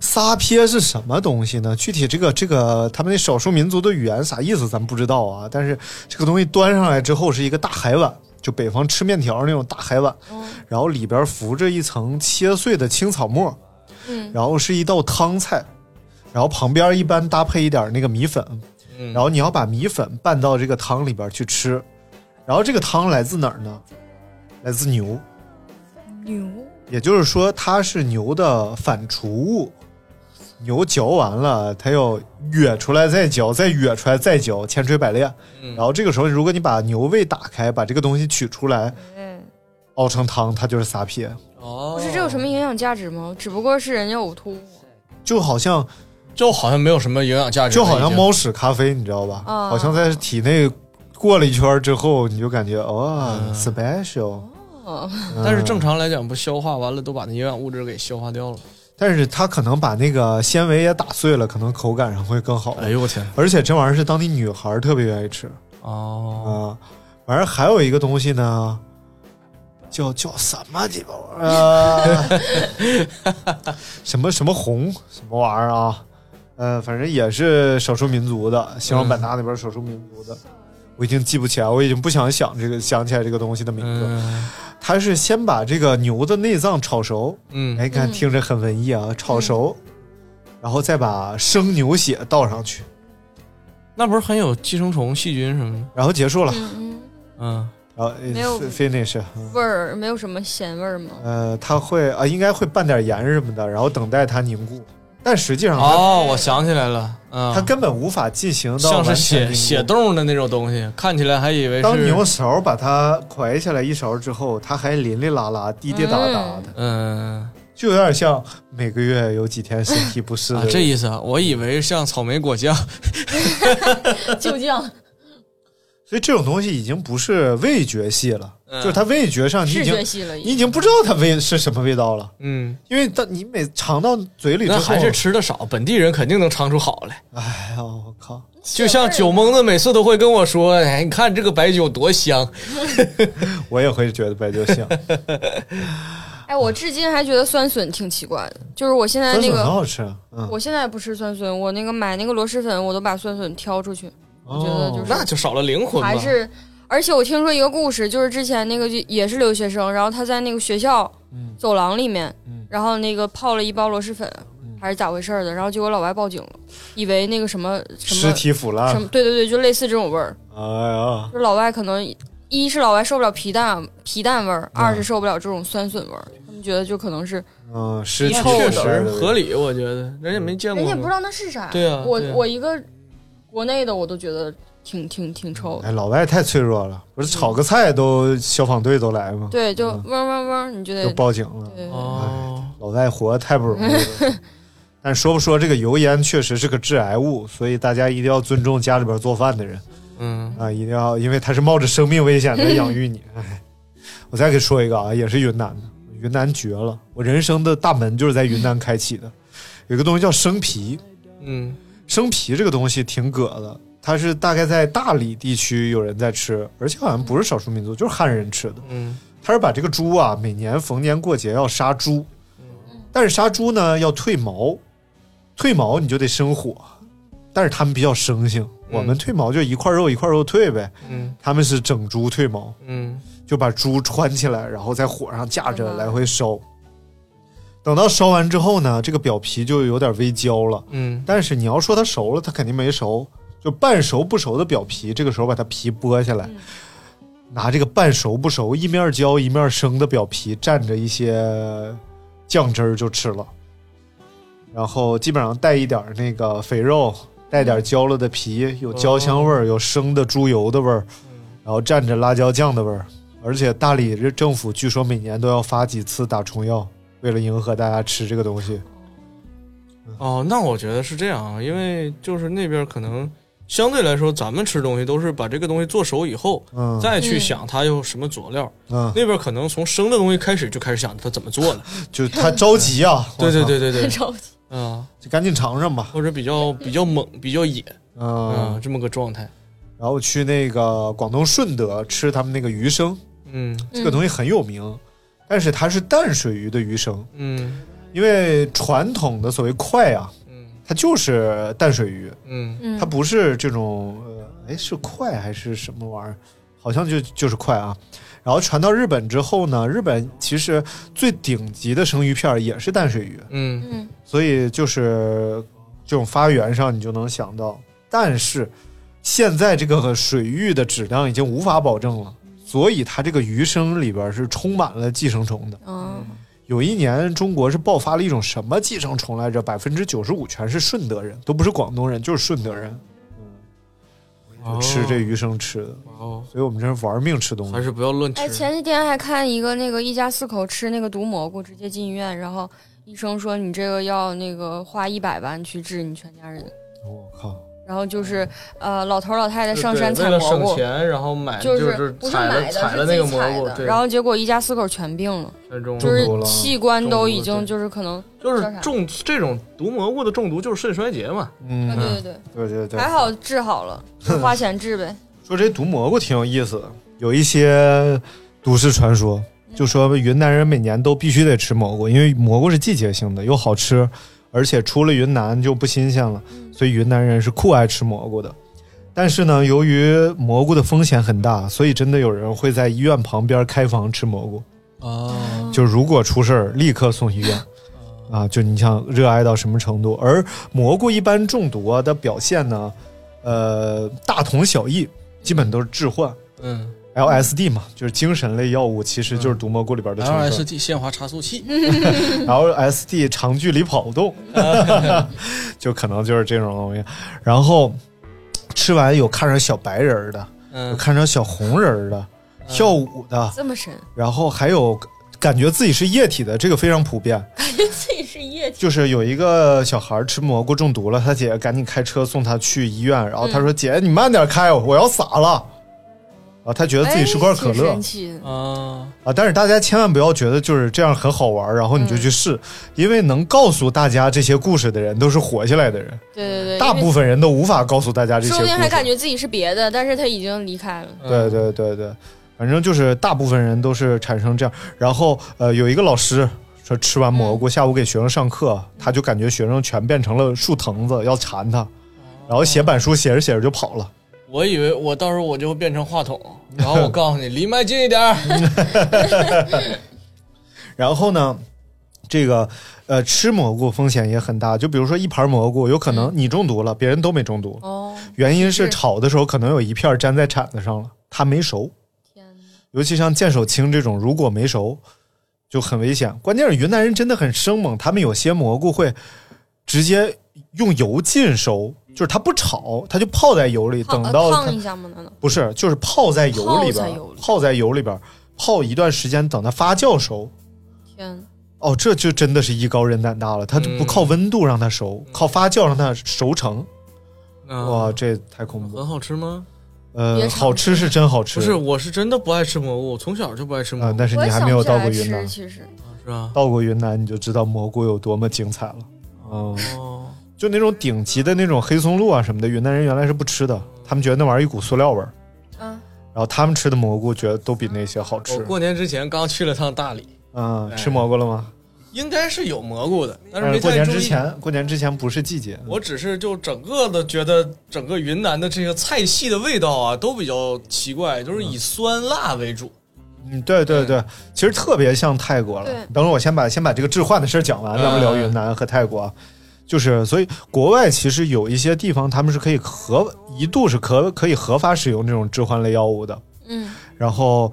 [SPEAKER 3] 撒撇是什么东西呢？具体这个这个他们那少数民族的语言啥意思咱不知道啊，但是这个东西端上来之后是一个大海碗。就北方吃面条那种大海碗，
[SPEAKER 4] 嗯
[SPEAKER 3] 然后里边浮着一层切碎的青草末，
[SPEAKER 5] 嗯
[SPEAKER 3] 然后是一道汤菜，然后旁边一般搭配一点那个米粉，
[SPEAKER 4] 嗯
[SPEAKER 3] 然后你要把米粉拌到这个汤里边去吃，然后这个汤来自哪儿呢？来自牛，
[SPEAKER 5] 牛
[SPEAKER 3] 也就是说它是牛的反刍物。牛嚼完了，它要哕出来再嚼，再哕出来再嚼，千锤百炼。
[SPEAKER 4] 嗯
[SPEAKER 3] 然后这个时候，如果你把牛胃打开，把这个东西取出来
[SPEAKER 5] 哎，
[SPEAKER 3] 熬成汤，它就是撒撇。
[SPEAKER 4] 哦，
[SPEAKER 5] 不是这有什么营养价值吗？只不过是人家呕吐物
[SPEAKER 3] 就好像
[SPEAKER 4] 就好像没有什么营养价值
[SPEAKER 3] 就
[SPEAKER 4] 了已经，
[SPEAKER 3] 好像猫屎咖啡，你知道吧？
[SPEAKER 5] 啊
[SPEAKER 3] 好像在体内过了一圈之后，你就感觉哦、s
[SPEAKER 4] 嗯
[SPEAKER 3] p e c i a l
[SPEAKER 5] 哦，
[SPEAKER 4] 但是正常来讲，不消化完了都把那营养物质给消化掉了。
[SPEAKER 3] 但是它可能把那个纤维也打碎了，可能口感上会更好。
[SPEAKER 4] 哎呦我天，
[SPEAKER 3] 而且这玩意儿是当地女孩儿特别愿意吃，啊、
[SPEAKER 4] 哦，
[SPEAKER 3] 反正还有一个东西呢，叫叫什么鸡巴玩意儿啊？什么什么红什么玩意儿啊？呃，反正也是少数民族的，西双版纳那边少数民族的，我已经记不起来，我已经不想想这个想起来这个东西的名字。
[SPEAKER 4] 嗯
[SPEAKER 3] 它是先把这个牛的内脏炒熟，哎，
[SPEAKER 4] 嗯，
[SPEAKER 3] 你看
[SPEAKER 5] 嗯
[SPEAKER 3] 听着很文艺啊，炒熟，然后再把生牛血倒上去，
[SPEAKER 4] 那不是很有寄生虫、细菌什么的？
[SPEAKER 3] 然后结束了，
[SPEAKER 5] 嗯嗯，
[SPEAKER 4] 嗯，
[SPEAKER 3] 然后呃
[SPEAKER 5] 没有
[SPEAKER 3] finish 嗯。
[SPEAKER 5] 味儿没有什么咸味儿吗？
[SPEAKER 3] 呃，它会啊，应该会拌点盐什么的，然后等待它凝固。但实际上它，
[SPEAKER 4] 哦，我想起来了，嗯，
[SPEAKER 3] 它根本无法进行到
[SPEAKER 4] 像是
[SPEAKER 3] 完全凝
[SPEAKER 4] 血
[SPEAKER 3] 固
[SPEAKER 4] 血。冻的那种东西，看起来还以为是
[SPEAKER 3] 当牛勺把它蒯下来一勺之后，它还淋淋啦啦、滴滴答答的，
[SPEAKER 4] 嗯
[SPEAKER 3] 就有点像每个月有几天身体不适的
[SPEAKER 4] 啊
[SPEAKER 3] 人、
[SPEAKER 4] 这意思，啊，我以为像草莓果酱，
[SPEAKER 5] 就这样，
[SPEAKER 3] 所以这种东西已经不是味觉系了，
[SPEAKER 4] 嗯
[SPEAKER 3] 就是它味觉上你已
[SPEAKER 5] 视
[SPEAKER 3] 经
[SPEAKER 5] 觉系了已
[SPEAKER 3] 你
[SPEAKER 5] 经。
[SPEAKER 3] 已经不知道它味是什么味道了，
[SPEAKER 4] 嗯，
[SPEAKER 3] 因为它你每尝到嘴里之
[SPEAKER 4] 那
[SPEAKER 3] 后，
[SPEAKER 4] 还是吃的少，本地人肯定能尝出好来。
[SPEAKER 3] 哎呀，我靠！
[SPEAKER 4] 就像酒蒙子每次都会跟我说：“哎，你看这个白酒多香。
[SPEAKER 3] 我也会觉得白酒香，
[SPEAKER 5] 哎，我至今还觉得酸笋挺奇怪的，就是我现在
[SPEAKER 3] 酸
[SPEAKER 5] 那
[SPEAKER 3] 笋很
[SPEAKER 5] 个，
[SPEAKER 3] 好吃。嗯，
[SPEAKER 5] 我现在不吃酸笋，我那个买那个螺蛳粉，我都把酸笋挑出去，
[SPEAKER 3] 哦
[SPEAKER 5] 我觉得就”是
[SPEAKER 4] 那就少了灵魂吧。
[SPEAKER 5] 还是。而且我听说一个故事，就是之前那个就也是留学生，然后他在那个学校
[SPEAKER 3] 嗯
[SPEAKER 5] 走廊里面，
[SPEAKER 3] 嗯
[SPEAKER 5] 然后那个泡了一包螺蛳粉，
[SPEAKER 3] 嗯
[SPEAKER 5] 还是咋回事儿的，然后结果老外报警了，以为那个什么什
[SPEAKER 3] 尸
[SPEAKER 5] 么
[SPEAKER 3] 体啊腐烂
[SPEAKER 5] 什，么，对对对，就类似这种味儿，
[SPEAKER 3] 哎呀，
[SPEAKER 5] 就老外可能一是老外受不了皮蛋皮蛋味儿，
[SPEAKER 3] 嗯
[SPEAKER 5] 二是受不了这种酸笋味儿，他们觉得就可能是
[SPEAKER 3] 嗯，尸体
[SPEAKER 4] 那
[SPEAKER 5] 臭
[SPEAKER 4] 确
[SPEAKER 5] 的
[SPEAKER 4] 实
[SPEAKER 5] 了
[SPEAKER 4] 合理，我觉得人家没见过
[SPEAKER 5] 人
[SPEAKER 4] 嘛，
[SPEAKER 5] 家不知道那是啥。
[SPEAKER 4] 对啊
[SPEAKER 5] 我
[SPEAKER 4] 对啊
[SPEAKER 5] 我一个国内的我都觉得挺挺挺臭的。
[SPEAKER 3] 哎，老外太脆弱了，不是炒个菜都消防队都来吗？
[SPEAKER 5] 对，就
[SPEAKER 3] 嗯
[SPEAKER 5] 嗡嗡嗡，你就得
[SPEAKER 3] 就报警了。
[SPEAKER 5] 对
[SPEAKER 3] 哎
[SPEAKER 4] 哦，
[SPEAKER 3] 老外活得太不容易了。但说不说这个油烟确实是个致癌物，所以大家一定要尊重家里边做饭的人
[SPEAKER 4] 嗯
[SPEAKER 3] 啊，一定要，因为他是冒着生命危险在养育 你。哎，我再给说一个啊，也是云南的，云南绝了，我人生的大门就是在云南开启的。有个东西叫生皮，
[SPEAKER 4] 嗯
[SPEAKER 3] 生皮这个东西挺葛的，它是大概在大理地区有人在吃，而且好像不是少数民族，就是汉人吃的。
[SPEAKER 4] 嗯
[SPEAKER 3] 它是把这个猪啊，每年逢年过节要杀猪，但是杀猪呢要褪毛，褪毛你就得生火，但是他们比较生性，
[SPEAKER 4] 嗯
[SPEAKER 3] 我们褪毛就一块肉一块肉褪呗，
[SPEAKER 4] 嗯
[SPEAKER 3] 他们是整猪褪毛，
[SPEAKER 4] 嗯
[SPEAKER 3] 就把猪穿起来，然后在火上架着
[SPEAKER 5] 嗯
[SPEAKER 3] 来回烧。等到烧完之后呢，这个表皮就有点微焦了。
[SPEAKER 4] 嗯
[SPEAKER 3] 但是你要说它熟了，它肯定没熟，就半熟不熟的表皮，这个时候把它皮剥下来，
[SPEAKER 5] 嗯
[SPEAKER 3] 拿这个半熟不熟一面焦一面生的表皮蘸着一些酱汁儿就吃了，然后基本上带一点儿那个肥肉，带点儿焦了的皮，有焦香味儿，有生的猪油的味儿，然后蘸着辣椒酱的味儿，而且大理这政府据说每年都要发几次打虫药，为了迎合大家吃这个东西。
[SPEAKER 4] 哦，那我觉得是这样啊，因为就是那边可能相对来说，咱们吃东西都是把这个东西做熟以后。
[SPEAKER 3] 嗯，
[SPEAKER 4] 再去
[SPEAKER 5] 嗯
[SPEAKER 4] 想它有什么佐料，
[SPEAKER 3] 嗯，
[SPEAKER 4] 那边可能从生的东西开始就开始想它怎么做 了。
[SPEAKER 3] 就他着急啊，
[SPEAKER 4] 对对
[SPEAKER 3] 我操，
[SPEAKER 4] 对对对
[SPEAKER 5] 很，着急。
[SPEAKER 4] 啊，
[SPEAKER 3] 就赶紧尝尝吧。
[SPEAKER 4] 或者比较比较猛、比较野啊，
[SPEAKER 3] 嗯，
[SPEAKER 4] 这么个状态。
[SPEAKER 3] 然后去那个广东顺德吃他们那个鱼生，
[SPEAKER 4] 嗯
[SPEAKER 3] 这个东西很有名，但是它是淡水鱼的鱼生，
[SPEAKER 4] 嗯
[SPEAKER 3] 因为传统的所谓快啊，
[SPEAKER 4] 嗯
[SPEAKER 3] 它就是淡水鱼，
[SPEAKER 4] 嗯
[SPEAKER 5] 嗯，
[SPEAKER 3] 它不是这种呃，哎是快还是什么玩意儿？好像就就是快啊。然后传到日本之后呢，日本其实最顶级的生鱼片儿也是淡水鱼，
[SPEAKER 4] 嗯
[SPEAKER 5] 嗯
[SPEAKER 3] 所以就是这种发源上你就能想到，但是现在这个水域的质量已经无法保证了，所以它这个鱼生里边是充满了寄生虫的。
[SPEAKER 5] 啊
[SPEAKER 4] 嗯
[SPEAKER 3] 有一年中国是爆发了一种什么寄生虫来着？百分之九十五全是顺德人，都不是广东人，就是顺德人，就吃这鱼生吃的。
[SPEAKER 4] 哦，
[SPEAKER 3] 所以我们这是玩命吃东
[SPEAKER 4] 还
[SPEAKER 3] 西，
[SPEAKER 4] 是不要乱吃
[SPEAKER 5] 哎，。前几天还看一个那个一家四口吃那个毒蘑菇，直接进医院，然后医生说你这个要那个花一百万去治你全家人。
[SPEAKER 3] 我靠！
[SPEAKER 5] 然后就是呃，老头儿老太太
[SPEAKER 4] 对
[SPEAKER 5] 上山
[SPEAKER 4] 对为
[SPEAKER 5] 采
[SPEAKER 4] 了
[SPEAKER 5] 蘑菇
[SPEAKER 4] 省，钱，然后买
[SPEAKER 5] 就
[SPEAKER 4] 就是
[SPEAKER 5] 不是
[SPEAKER 4] 采了
[SPEAKER 5] 买的，
[SPEAKER 4] 采了
[SPEAKER 5] 是
[SPEAKER 4] 那个
[SPEAKER 5] 自己
[SPEAKER 4] 蘑
[SPEAKER 5] 采
[SPEAKER 4] 菇，
[SPEAKER 5] 的，
[SPEAKER 4] 对，
[SPEAKER 5] 然后结果一家四口全病了，
[SPEAKER 4] 那种
[SPEAKER 5] 就是
[SPEAKER 3] 中毒了
[SPEAKER 5] 器官都
[SPEAKER 4] 中
[SPEAKER 5] 已
[SPEAKER 4] 毒
[SPEAKER 5] 经
[SPEAKER 4] 了
[SPEAKER 5] 就是可能，
[SPEAKER 4] 就是中这种毒蘑菇的中毒就是肾衰竭嘛。
[SPEAKER 5] 啊
[SPEAKER 3] 嗯，
[SPEAKER 5] 对对
[SPEAKER 3] 对对
[SPEAKER 5] 对，
[SPEAKER 3] 对，
[SPEAKER 5] 还好治好了，就花钱治呗，
[SPEAKER 3] 说这毒蘑菇挺有意思的，有一些都市传说，就说云南人每年都必须得吃蘑菇，因为蘑菇是季节性的，又好吃，而且出了云南就不新鲜了，所以云南人是酷爱吃蘑菇的。但是呢，由于蘑菇的风险很大，所以真的有人会在医院旁边开房吃蘑菇。
[SPEAKER 4] 哦，
[SPEAKER 3] 就如果出事儿，立刻送医
[SPEAKER 4] 嗯
[SPEAKER 3] 院。啊，就你想热爱到什么程度？而蘑菇一般中毒啊的表现呢，呃，大同小异，基本都是致幻。
[SPEAKER 4] 嗯
[SPEAKER 3] LSD 嘛，就是精神类药物，其实就是毒蘑菇里边的成分。
[SPEAKER 4] ，LSD 限滑差速器，
[SPEAKER 3] LSD 长距离跑 动， 就可能就是这种东西。然后吃完有看着小白人儿的，有
[SPEAKER 4] 嗯，
[SPEAKER 3] 看着小红人儿的，跳舞的，
[SPEAKER 5] 这么 神，
[SPEAKER 3] 然后还有感觉自己是液体的，这个非常普遍。
[SPEAKER 5] 感觉自己是液体。
[SPEAKER 3] 就是有一个小孩吃蘑菇中毒了，他姐赶紧开车送他去医院，然后他
[SPEAKER 5] 嗯
[SPEAKER 3] 说：“姐，你慢点开，我要洒了。”啊，他觉得自己是罐可
[SPEAKER 5] 哎挺
[SPEAKER 3] 乐
[SPEAKER 5] 神奇的
[SPEAKER 4] 啊，
[SPEAKER 3] 啊，但是大家千万不要觉得就是这样很好玩，然后你就去试，
[SPEAKER 5] 嗯
[SPEAKER 3] 因为能告诉大家这些故事的人都是活下来的人，
[SPEAKER 5] 对对对，
[SPEAKER 3] 大
[SPEAKER 5] 因为
[SPEAKER 3] 部分人都无法告诉大家这些
[SPEAKER 5] 说
[SPEAKER 3] 故
[SPEAKER 5] 不定还感
[SPEAKER 3] 事。
[SPEAKER 5] 觉自己是别的，但是他已经离开了。
[SPEAKER 3] 对对对对，反正就是大部分人都是产生这样。然后呃，有一个老师说吃完蘑菇，下午给学生上课，他就感觉学生全变成了树藤子，要缠他。然后写板书写着写着就跑了，
[SPEAKER 4] 我以为我到时候我就会变成话筒，然后我告诉你离麦近一点儿，
[SPEAKER 3] 然后呢，这个呃吃蘑菇风险也很大，就比如说一盘蘑菇，有可能你中毒了，别人都没中毒，
[SPEAKER 5] 哦，
[SPEAKER 3] 原因是
[SPEAKER 5] 是
[SPEAKER 3] 炒的时候可能有一片粘在铲子上了，它没熟。
[SPEAKER 5] 天哪！
[SPEAKER 3] 尤其像剑手青这种，如果没熟，就很危险。关键是云南人真的很生猛，他们有些蘑菇会直接用油浸熟，就是它不炒，它就泡在油里，等
[SPEAKER 5] 烫
[SPEAKER 3] 到
[SPEAKER 5] 呃
[SPEAKER 3] 它
[SPEAKER 5] 烫一下吗？难道？
[SPEAKER 3] 不是就是泡在油里边
[SPEAKER 5] 泡在油
[SPEAKER 3] 儿，
[SPEAKER 5] 里
[SPEAKER 3] 泡在油里边儿，泡一段时间，等它发酵熟。
[SPEAKER 5] 天，
[SPEAKER 3] 哦，这就真的是艺高人胆大了，它
[SPEAKER 4] 嗯
[SPEAKER 3] 不靠温度让它熟，
[SPEAKER 5] 嗯
[SPEAKER 3] 靠发酵让它熟成。哇，
[SPEAKER 4] 啊，
[SPEAKER 3] 这太恐怖了！
[SPEAKER 4] 很好吃吗？
[SPEAKER 5] 别
[SPEAKER 3] 呃，
[SPEAKER 5] 尝试
[SPEAKER 3] 好吃是真好吃，
[SPEAKER 4] 不是，我是真的不爱吃蘑菇，我从小就不爱吃
[SPEAKER 3] 啊、
[SPEAKER 4] 蘑菇，
[SPEAKER 3] 但是
[SPEAKER 5] 我
[SPEAKER 3] 你
[SPEAKER 5] 也
[SPEAKER 3] 还
[SPEAKER 5] 想
[SPEAKER 3] 没有
[SPEAKER 5] 不起
[SPEAKER 3] 到
[SPEAKER 5] 来
[SPEAKER 3] 过云南
[SPEAKER 5] 吃，，其实
[SPEAKER 4] 是吧？
[SPEAKER 3] 到过云南你就知道蘑菇有多么精彩了。嗯，
[SPEAKER 4] 哦，
[SPEAKER 3] 就那种顶级的那种黑松露啊什么的，云南人原来是不吃的，他们觉得那玩意儿一股塑料味儿。
[SPEAKER 5] 啊，
[SPEAKER 3] 然后他们吃的蘑菇，觉得都比那些好
[SPEAKER 4] 我
[SPEAKER 3] 吃。
[SPEAKER 4] 过年之前刚去了趟大理，
[SPEAKER 3] 嗯，
[SPEAKER 4] 哎
[SPEAKER 3] 吃蘑菇了吗？
[SPEAKER 4] 应该是有蘑菇的，但
[SPEAKER 3] 但
[SPEAKER 4] 是没
[SPEAKER 3] 是呃过
[SPEAKER 4] 太
[SPEAKER 3] 年
[SPEAKER 4] 注
[SPEAKER 3] 之
[SPEAKER 4] 意。
[SPEAKER 3] 前，过年之前不是季节。
[SPEAKER 4] 我只是就整个的觉得，整个云南的这个菜系的味道啊，都比较奇怪，就是以酸辣为主。
[SPEAKER 3] 嗯，对对对，其实特别像泰国了
[SPEAKER 5] 对。
[SPEAKER 3] 等会儿我先把先把这个置换的事儿讲完，
[SPEAKER 4] 嗯
[SPEAKER 3] 咱们聊云南和泰国啊。就是，所以国外其实有一些地方，他们是可以合一度是可可以合法使用这种致幻类药物的，
[SPEAKER 5] 嗯
[SPEAKER 3] 然后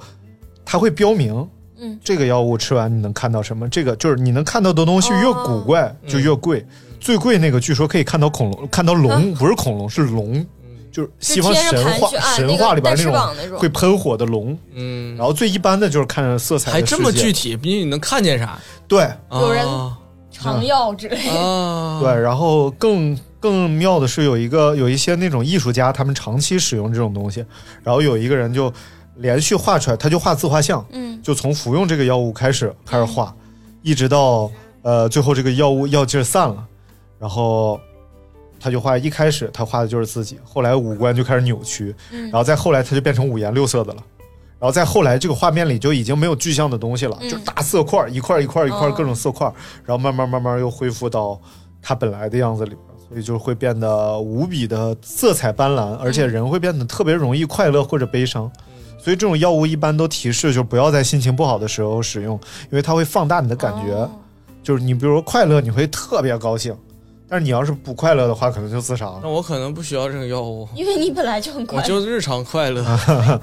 [SPEAKER 3] 它会标明
[SPEAKER 5] 嗯，
[SPEAKER 3] 这个药物吃完你能看到什么，这个就是你能看到的东
[SPEAKER 5] 哦
[SPEAKER 3] 西越古怪
[SPEAKER 4] 嗯
[SPEAKER 3] 就越贵，最贵那个据说可以看到恐龙，看到龙、不是恐龙是龙，
[SPEAKER 4] 嗯
[SPEAKER 3] 就是
[SPEAKER 5] 嗯就
[SPEAKER 3] 西方
[SPEAKER 5] 贴着
[SPEAKER 3] 神
[SPEAKER 5] 盘
[SPEAKER 3] 话、
[SPEAKER 5] 旋啊那
[SPEAKER 3] 神
[SPEAKER 5] 个
[SPEAKER 3] 话里边
[SPEAKER 5] 带
[SPEAKER 3] 那
[SPEAKER 5] 翅膀那
[SPEAKER 3] 种
[SPEAKER 5] 种
[SPEAKER 3] 会喷火的龙，
[SPEAKER 4] 嗯，
[SPEAKER 3] 然后最一般的就是看着色彩的
[SPEAKER 4] 还这么
[SPEAKER 3] 世界
[SPEAKER 4] 具体，因为你能看见啥？
[SPEAKER 3] 对。
[SPEAKER 5] 有人
[SPEAKER 4] 啊
[SPEAKER 5] 肠药之类。
[SPEAKER 4] 啊，
[SPEAKER 3] 对，然后更更妙的是，有一个有一些那种艺术家，他们长期使用这种东西，然后有一个人就连续画出来，他就画自画像，
[SPEAKER 5] 嗯，
[SPEAKER 3] 就从服用这个药物开始开始画，一直到呃最后这个药物药劲儿散了，然后。他就画，一开始他画的就是自己，后来五官就开始扭曲，
[SPEAKER 5] 嗯
[SPEAKER 3] 然后再后来他就变成五颜六色的了，然后再后来这个画面里就已经没有具象的东西了，
[SPEAKER 5] 嗯
[SPEAKER 3] 就是大色块儿，一块儿一块儿一块儿
[SPEAKER 5] 哦
[SPEAKER 3] 各种色块儿，然后慢慢慢慢又恢复到它本来的样子里边，所以就会变得无比的色彩斑斓，而
[SPEAKER 5] 嗯
[SPEAKER 3] 且人会变得特别容易快乐或者悲伤。所以这种药物一般都提示，就不要在心情不好的时候使用，因为它会放大你的感觉。
[SPEAKER 5] 哦
[SPEAKER 3] 就是你比如说快乐，你会特别高兴，但是你要是不快乐的话，可能就自杀了
[SPEAKER 4] 那。我可能不需要这个药物，
[SPEAKER 5] 因为你本来就很
[SPEAKER 4] 我
[SPEAKER 5] 快乐。
[SPEAKER 4] 就日常快 乐，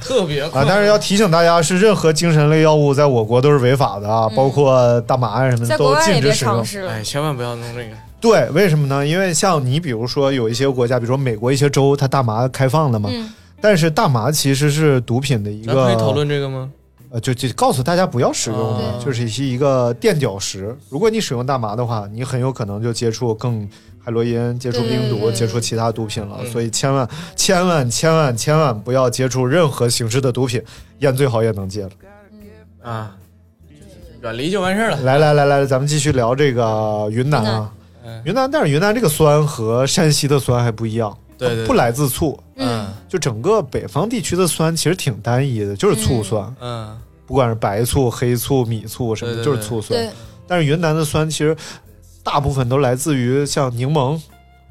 [SPEAKER 4] 特别快
[SPEAKER 3] 啊，但是要提醒大家，是任何精神类药物在我国都是违法的啊，包括大麻啊什么
[SPEAKER 5] 嗯在
[SPEAKER 3] 的
[SPEAKER 5] 国
[SPEAKER 3] 都
[SPEAKER 5] 外也
[SPEAKER 3] 禁
[SPEAKER 5] 别
[SPEAKER 3] 止使用
[SPEAKER 5] 尝。试了
[SPEAKER 4] 哎，，千万不要弄这个。
[SPEAKER 3] 对，为什么呢？因为像你比如说有一些国家，比如说美国一些州，它大麻开放的嘛，
[SPEAKER 5] 嗯
[SPEAKER 3] 但是大麻其实是毒品的一
[SPEAKER 4] 咱可以讨
[SPEAKER 3] 个，
[SPEAKER 4] 论这个吗？
[SPEAKER 3] 呃，就就告诉大家不要使用的，
[SPEAKER 5] 哦
[SPEAKER 4] 对
[SPEAKER 3] 就是是一个垫脚石。如果你使用大麻的话，你很有可能就接触更海洛因、接触
[SPEAKER 5] 对
[SPEAKER 3] 冰
[SPEAKER 5] 对
[SPEAKER 3] 毒、
[SPEAKER 5] 对
[SPEAKER 3] 接触其他毒品了，
[SPEAKER 4] 嗯
[SPEAKER 3] 所以千万千万千万千万不要接触任何形式的毒品，烟最好也能戒了。
[SPEAKER 4] 啊，远离就完事儿了。
[SPEAKER 3] 来来来来，咱们继续聊这个云南啊，
[SPEAKER 4] 嗯，
[SPEAKER 3] 云南，但是云南这个酸和山西的酸还不一样，
[SPEAKER 4] 对对，
[SPEAKER 3] 不来自醋，
[SPEAKER 4] 嗯，
[SPEAKER 3] 就整个北方地区的酸其实挺单一的，就是醋酸，
[SPEAKER 4] 嗯，
[SPEAKER 3] 不管是白醋、黑醋、米醋什么的，
[SPEAKER 4] 对对
[SPEAKER 3] 就是
[SPEAKER 4] 对
[SPEAKER 3] 醋酸。
[SPEAKER 5] 对，
[SPEAKER 3] 但是云南的酸其实大部分都来自于像柠檬、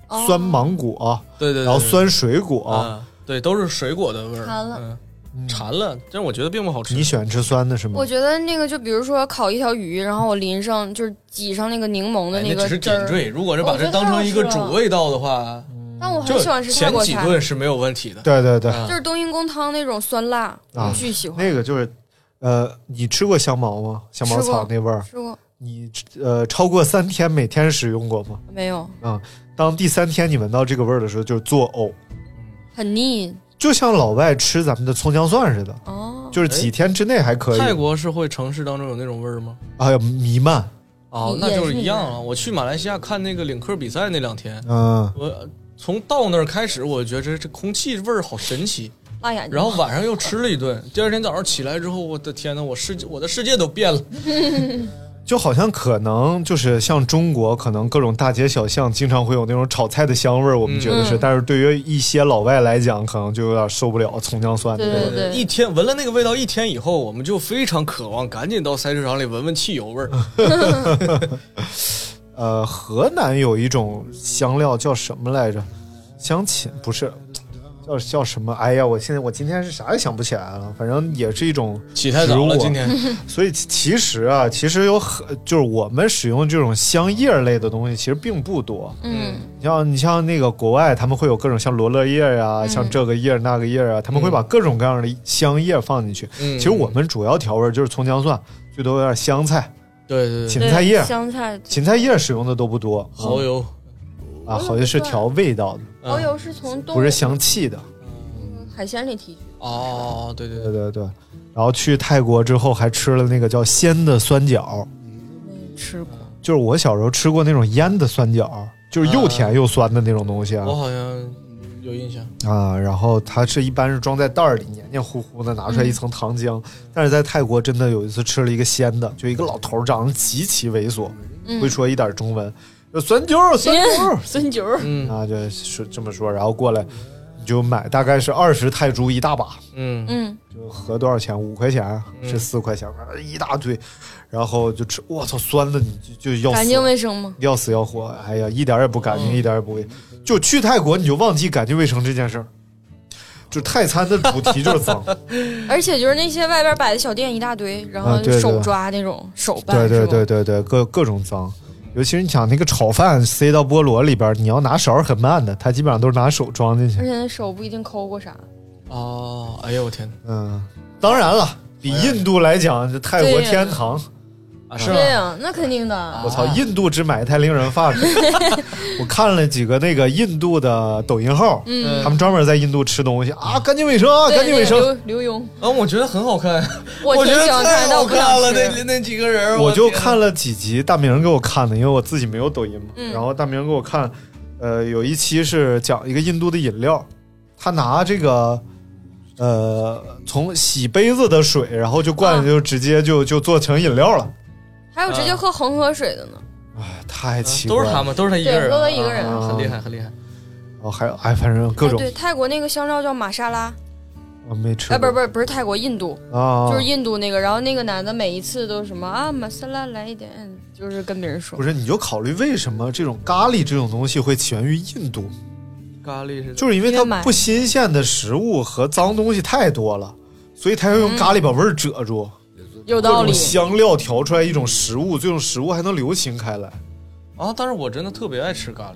[SPEAKER 5] 哦
[SPEAKER 3] 酸芒果，
[SPEAKER 4] 对对对，
[SPEAKER 3] 然后酸水果。
[SPEAKER 4] 啊，对，都是水果的味儿，
[SPEAKER 5] 馋了
[SPEAKER 4] 嗯，
[SPEAKER 3] 嗯
[SPEAKER 4] 馋了，但是我觉得并不好吃。
[SPEAKER 3] 你喜欢吃酸的是吗
[SPEAKER 5] 我？觉得那个就比如说烤一条鱼，然后我淋上就是挤上那个柠檬的
[SPEAKER 4] 哎
[SPEAKER 5] 个
[SPEAKER 4] 只是
[SPEAKER 5] 汁
[SPEAKER 4] 点
[SPEAKER 5] 儿，哦
[SPEAKER 4] 缀，如果是把这当成一个主味道的话，
[SPEAKER 5] 但我
[SPEAKER 4] 就
[SPEAKER 5] 很喜欢吃泰
[SPEAKER 4] 前
[SPEAKER 5] 国
[SPEAKER 4] 几
[SPEAKER 5] 菜，
[SPEAKER 4] 顿是没有问题的。
[SPEAKER 3] 对对对，
[SPEAKER 4] 啊
[SPEAKER 5] 就是冬阴功汤那种酸辣，
[SPEAKER 3] 啊
[SPEAKER 5] 我巨喜欢。
[SPEAKER 3] 那个就是，呃，你吃过香茅吗？香茅
[SPEAKER 5] 吃过
[SPEAKER 3] 草那味儿，
[SPEAKER 5] 吃过
[SPEAKER 3] 你呃超过三天每天使用过吗？
[SPEAKER 5] 没有？
[SPEAKER 3] 当第三天你闻到这个味儿的时候，就是作呕，
[SPEAKER 5] 很腻
[SPEAKER 3] 就像老外吃咱们的葱姜蒜似的，
[SPEAKER 5] 哦。
[SPEAKER 3] 就是几天之内还可以，
[SPEAKER 4] 哎泰国是会城市当中有那种味儿吗？
[SPEAKER 3] 哎呀弥漫，
[SPEAKER 4] 哦，
[SPEAKER 5] 也
[SPEAKER 4] 那就是是一
[SPEAKER 5] 那
[SPEAKER 4] 样
[SPEAKER 5] 样
[SPEAKER 4] 了。我去马来西亚看那个领克比赛那两天，
[SPEAKER 3] 嗯，
[SPEAKER 4] 我从到那儿开始，我觉得这这空气味儿好神奇。
[SPEAKER 5] 辣眼睛。
[SPEAKER 4] 然后晚上又吃了一顿， 第二天早上起来之后，我的天呐，我世界我的世界都变了。
[SPEAKER 3] 就好像可能就是像中国，可能各种大街小巷经常会有那种炒菜的香味儿，我们觉得是，
[SPEAKER 5] 嗯
[SPEAKER 3] 但是对于一些老外来讲，可能就有点受不了葱姜蒜的味
[SPEAKER 5] 对
[SPEAKER 3] 儿。
[SPEAKER 5] 对
[SPEAKER 4] 一天闻了那个味道，一天以后，我们就非常渴望赶紧到菜市场里闻闻汽油味儿。
[SPEAKER 3] 呃，河南有一种香料叫什么来着？香芹不是，叫叫什么？哎呀，我现在我今天是啥也想不起来了，反正也是一种。
[SPEAKER 4] 起太早
[SPEAKER 3] 食
[SPEAKER 4] 了，
[SPEAKER 3] 物啊
[SPEAKER 4] 今天
[SPEAKER 3] 所以其其实啊，其实有很就是我们使用这种香叶类的东西其实并不多。
[SPEAKER 5] 嗯，
[SPEAKER 3] 你像你像那个国外，他们会有各种像罗勒叶呀、
[SPEAKER 5] 嗯
[SPEAKER 3] 像这个叶儿那个叶儿啊，他们会把各种各样的香叶放进去。
[SPEAKER 4] 嗯，
[SPEAKER 3] 其实我们主要调味儿就是葱姜蒜，最多有点香菜、
[SPEAKER 4] 对对对，
[SPEAKER 3] 芹菜叶
[SPEAKER 5] 对。香菜、
[SPEAKER 3] 芹菜叶使用的都不多，
[SPEAKER 4] 蚝油，
[SPEAKER 3] 啊，好像是调味道的。
[SPEAKER 5] 蚝
[SPEAKER 4] 嗯
[SPEAKER 5] 油哦是从东
[SPEAKER 3] 不是香气的。
[SPEAKER 5] 海鲜里提取的。
[SPEAKER 4] 哦，对对
[SPEAKER 3] 对
[SPEAKER 4] 对，
[SPEAKER 3] 对对。然后去泰国之后还吃了那个叫鲜的酸角，
[SPEAKER 5] 没吃过，
[SPEAKER 3] 就是我小时候吃过那种腌的酸角，就是又甜又酸的那种东西啊
[SPEAKER 4] 我好像有印象。
[SPEAKER 3] 啊。然后它是一般是装在袋儿里，黏黏糊糊的，拿出来一层糖浆。但是在泰国真的有一次吃了一个鲜的，就一个老头儿长得极其猥琐，
[SPEAKER 5] 嗯
[SPEAKER 3] 会说一点中文，就酸角 酸角，
[SPEAKER 5] 孙九
[SPEAKER 4] 嗯
[SPEAKER 3] 啊就是这么说，然后过来你就买，大概是二十泰铢一大把。
[SPEAKER 4] 嗯，
[SPEAKER 5] 嗯，
[SPEAKER 3] 就合多少钱？五块钱是
[SPEAKER 4] 嗯
[SPEAKER 3] 四块钱，一大堆，然后就吃，我操，酸的你就就要
[SPEAKER 5] 干净
[SPEAKER 3] 死，
[SPEAKER 5] 卫生吗？
[SPEAKER 3] 要死要活，哎呀，一点也不干
[SPEAKER 5] 嗯
[SPEAKER 3] 净，一点也不卫，就去泰国你就忘记干净卫生这件事儿，就泰餐的主题就是 脏，
[SPEAKER 5] 而且就是那些外边摆的小店一大堆，然
[SPEAKER 3] 啊
[SPEAKER 5] 后
[SPEAKER 3] 对对
[SPEAKER 5] 手抓那种手办，
[SPEAKER 3] 对对
[SPEAKER 5] 是吧
[SPEAKER 3] 对对对，各各种脏。尤其是你想那个炒饭塞到菠萝里边儿，你要拿勺儿很慢的，他基本上都是拿手装进
[SPEAKER 5] 而
[SPEAKER 3] 去。
[SPEAKER 5] 且那手不一定抠过啥，
[SPEAKER 4] 哦，哎呦我天哪
[SPEAKER 3] 嗯，当然了，比印度来讲，这泰国
[SPEAKER 5] 对呀
[SPEAKER 3] 天堂。
[SPEAKER 4] 啊，是吗？
[SPEAKER 5] 对呀，那肯定的。
[SPEAKER 3] 我操，
[SPEAKER 4] 啊
[SPEAKER 3] 印度之美太令人 发指！我看了几个那个印度的抖音号，
[SPEAKER 5] 嗯，
[SPEAKER 4] 啊
[SPEAKER 3] 他们专门在印度吃东西啊，干净卫生啊，
[SPEAKER 5] 对
[SPEAKER 3] 干净卫生。
[SPEAKER 5] 那个刘刘墉，
[SPEAKER 4] 啊，我觉得很好看，
[SPEAKER 5] 我
[SPEAKER 4] 觉
[SPEAKER 5] 挺
[SPEAKER 4] 得
[SPEAKER 5] 喜欢
[SPEAKER 4] 太
[SPEAKER 5] 看，但
[SPEAKER 4] 好
[SPEAKER 5] 我不想
[SPEAKER 4] 看了，那
[SPEAKER 5] 吃。
[SPEAKER 4] 那几个人儿，
[SPEAKER 3] 我就
[SPEAKER 4] 天
[SPEAKER 3] 看了几集，大明给我看的，因为我自己没有抖音嘛。
[SPEAKER 5] 嗯
[SPEAKER 3] 然后大明给我看，呃，有一期是讲一个印度的饮料，他拿这个。呃，从洗杯子的水，然后就灌，
[SPEAKER 5] 啊
[SPEAKER 3] 就直接就就做成饮料了。
[SPEAKER 5] 还有直
[SPEAKER 3] 啊
[SPEAKER 5] 接喝恒河水的呢，
[SPEAKER 3] 哎，太奇怪
[SPEAKER 4] 都
[SPEAKER 3] 了。
[SPEAKER 4] 是他们，都是他一个人啊，
[SPEAKER 5] 对啊都他一个人
[SPEAKER 4] 啊
[SPEAKER 3] 啊
[SPEAKER 4] 很厉害，很厉害。
[SPEAKER 3] 哦，还有哎，反正各
[SPEAKER 5] 啊
[SPEAKER 3] 种
[SPEAKER 5] 对，泰国那个香料叫玛莎拉，
[SPEAKER 3] 我没吃过。
[SPEAKER 5] 哎，不是不是不是泰国，印度，
[SPEAKER 3] 是啊，
[SPEAKER 5] 就是印度那个。然后那个男的每一次都什么啊，玛莎拉来一点，就是跟别人说
[SPEAKER 3] 不。是，你就考虑为什么这种咖喱这种东西会起源于印度，
[SPEAKER 4] 咖喱是
[SPEAKER 3] 就是因为
[SPEAKER 5] 因为
[SPEAKER 3] 它
[SPEAKER 5] 买
[SPEAKER 3] 不新鲜的食物和脏东西太多了，所以它要用咖喱把味儿遮住，
[SPEAKER 5] 有
[SPEAKER 3] 各
[SPEAKER 5] 嗯道理
[SPEAKER 3] 种。香料调出来一种食物，这种食物还能流行开来。
[SPEAKER 4] 啊，但是我真的特别爱吃咖喱。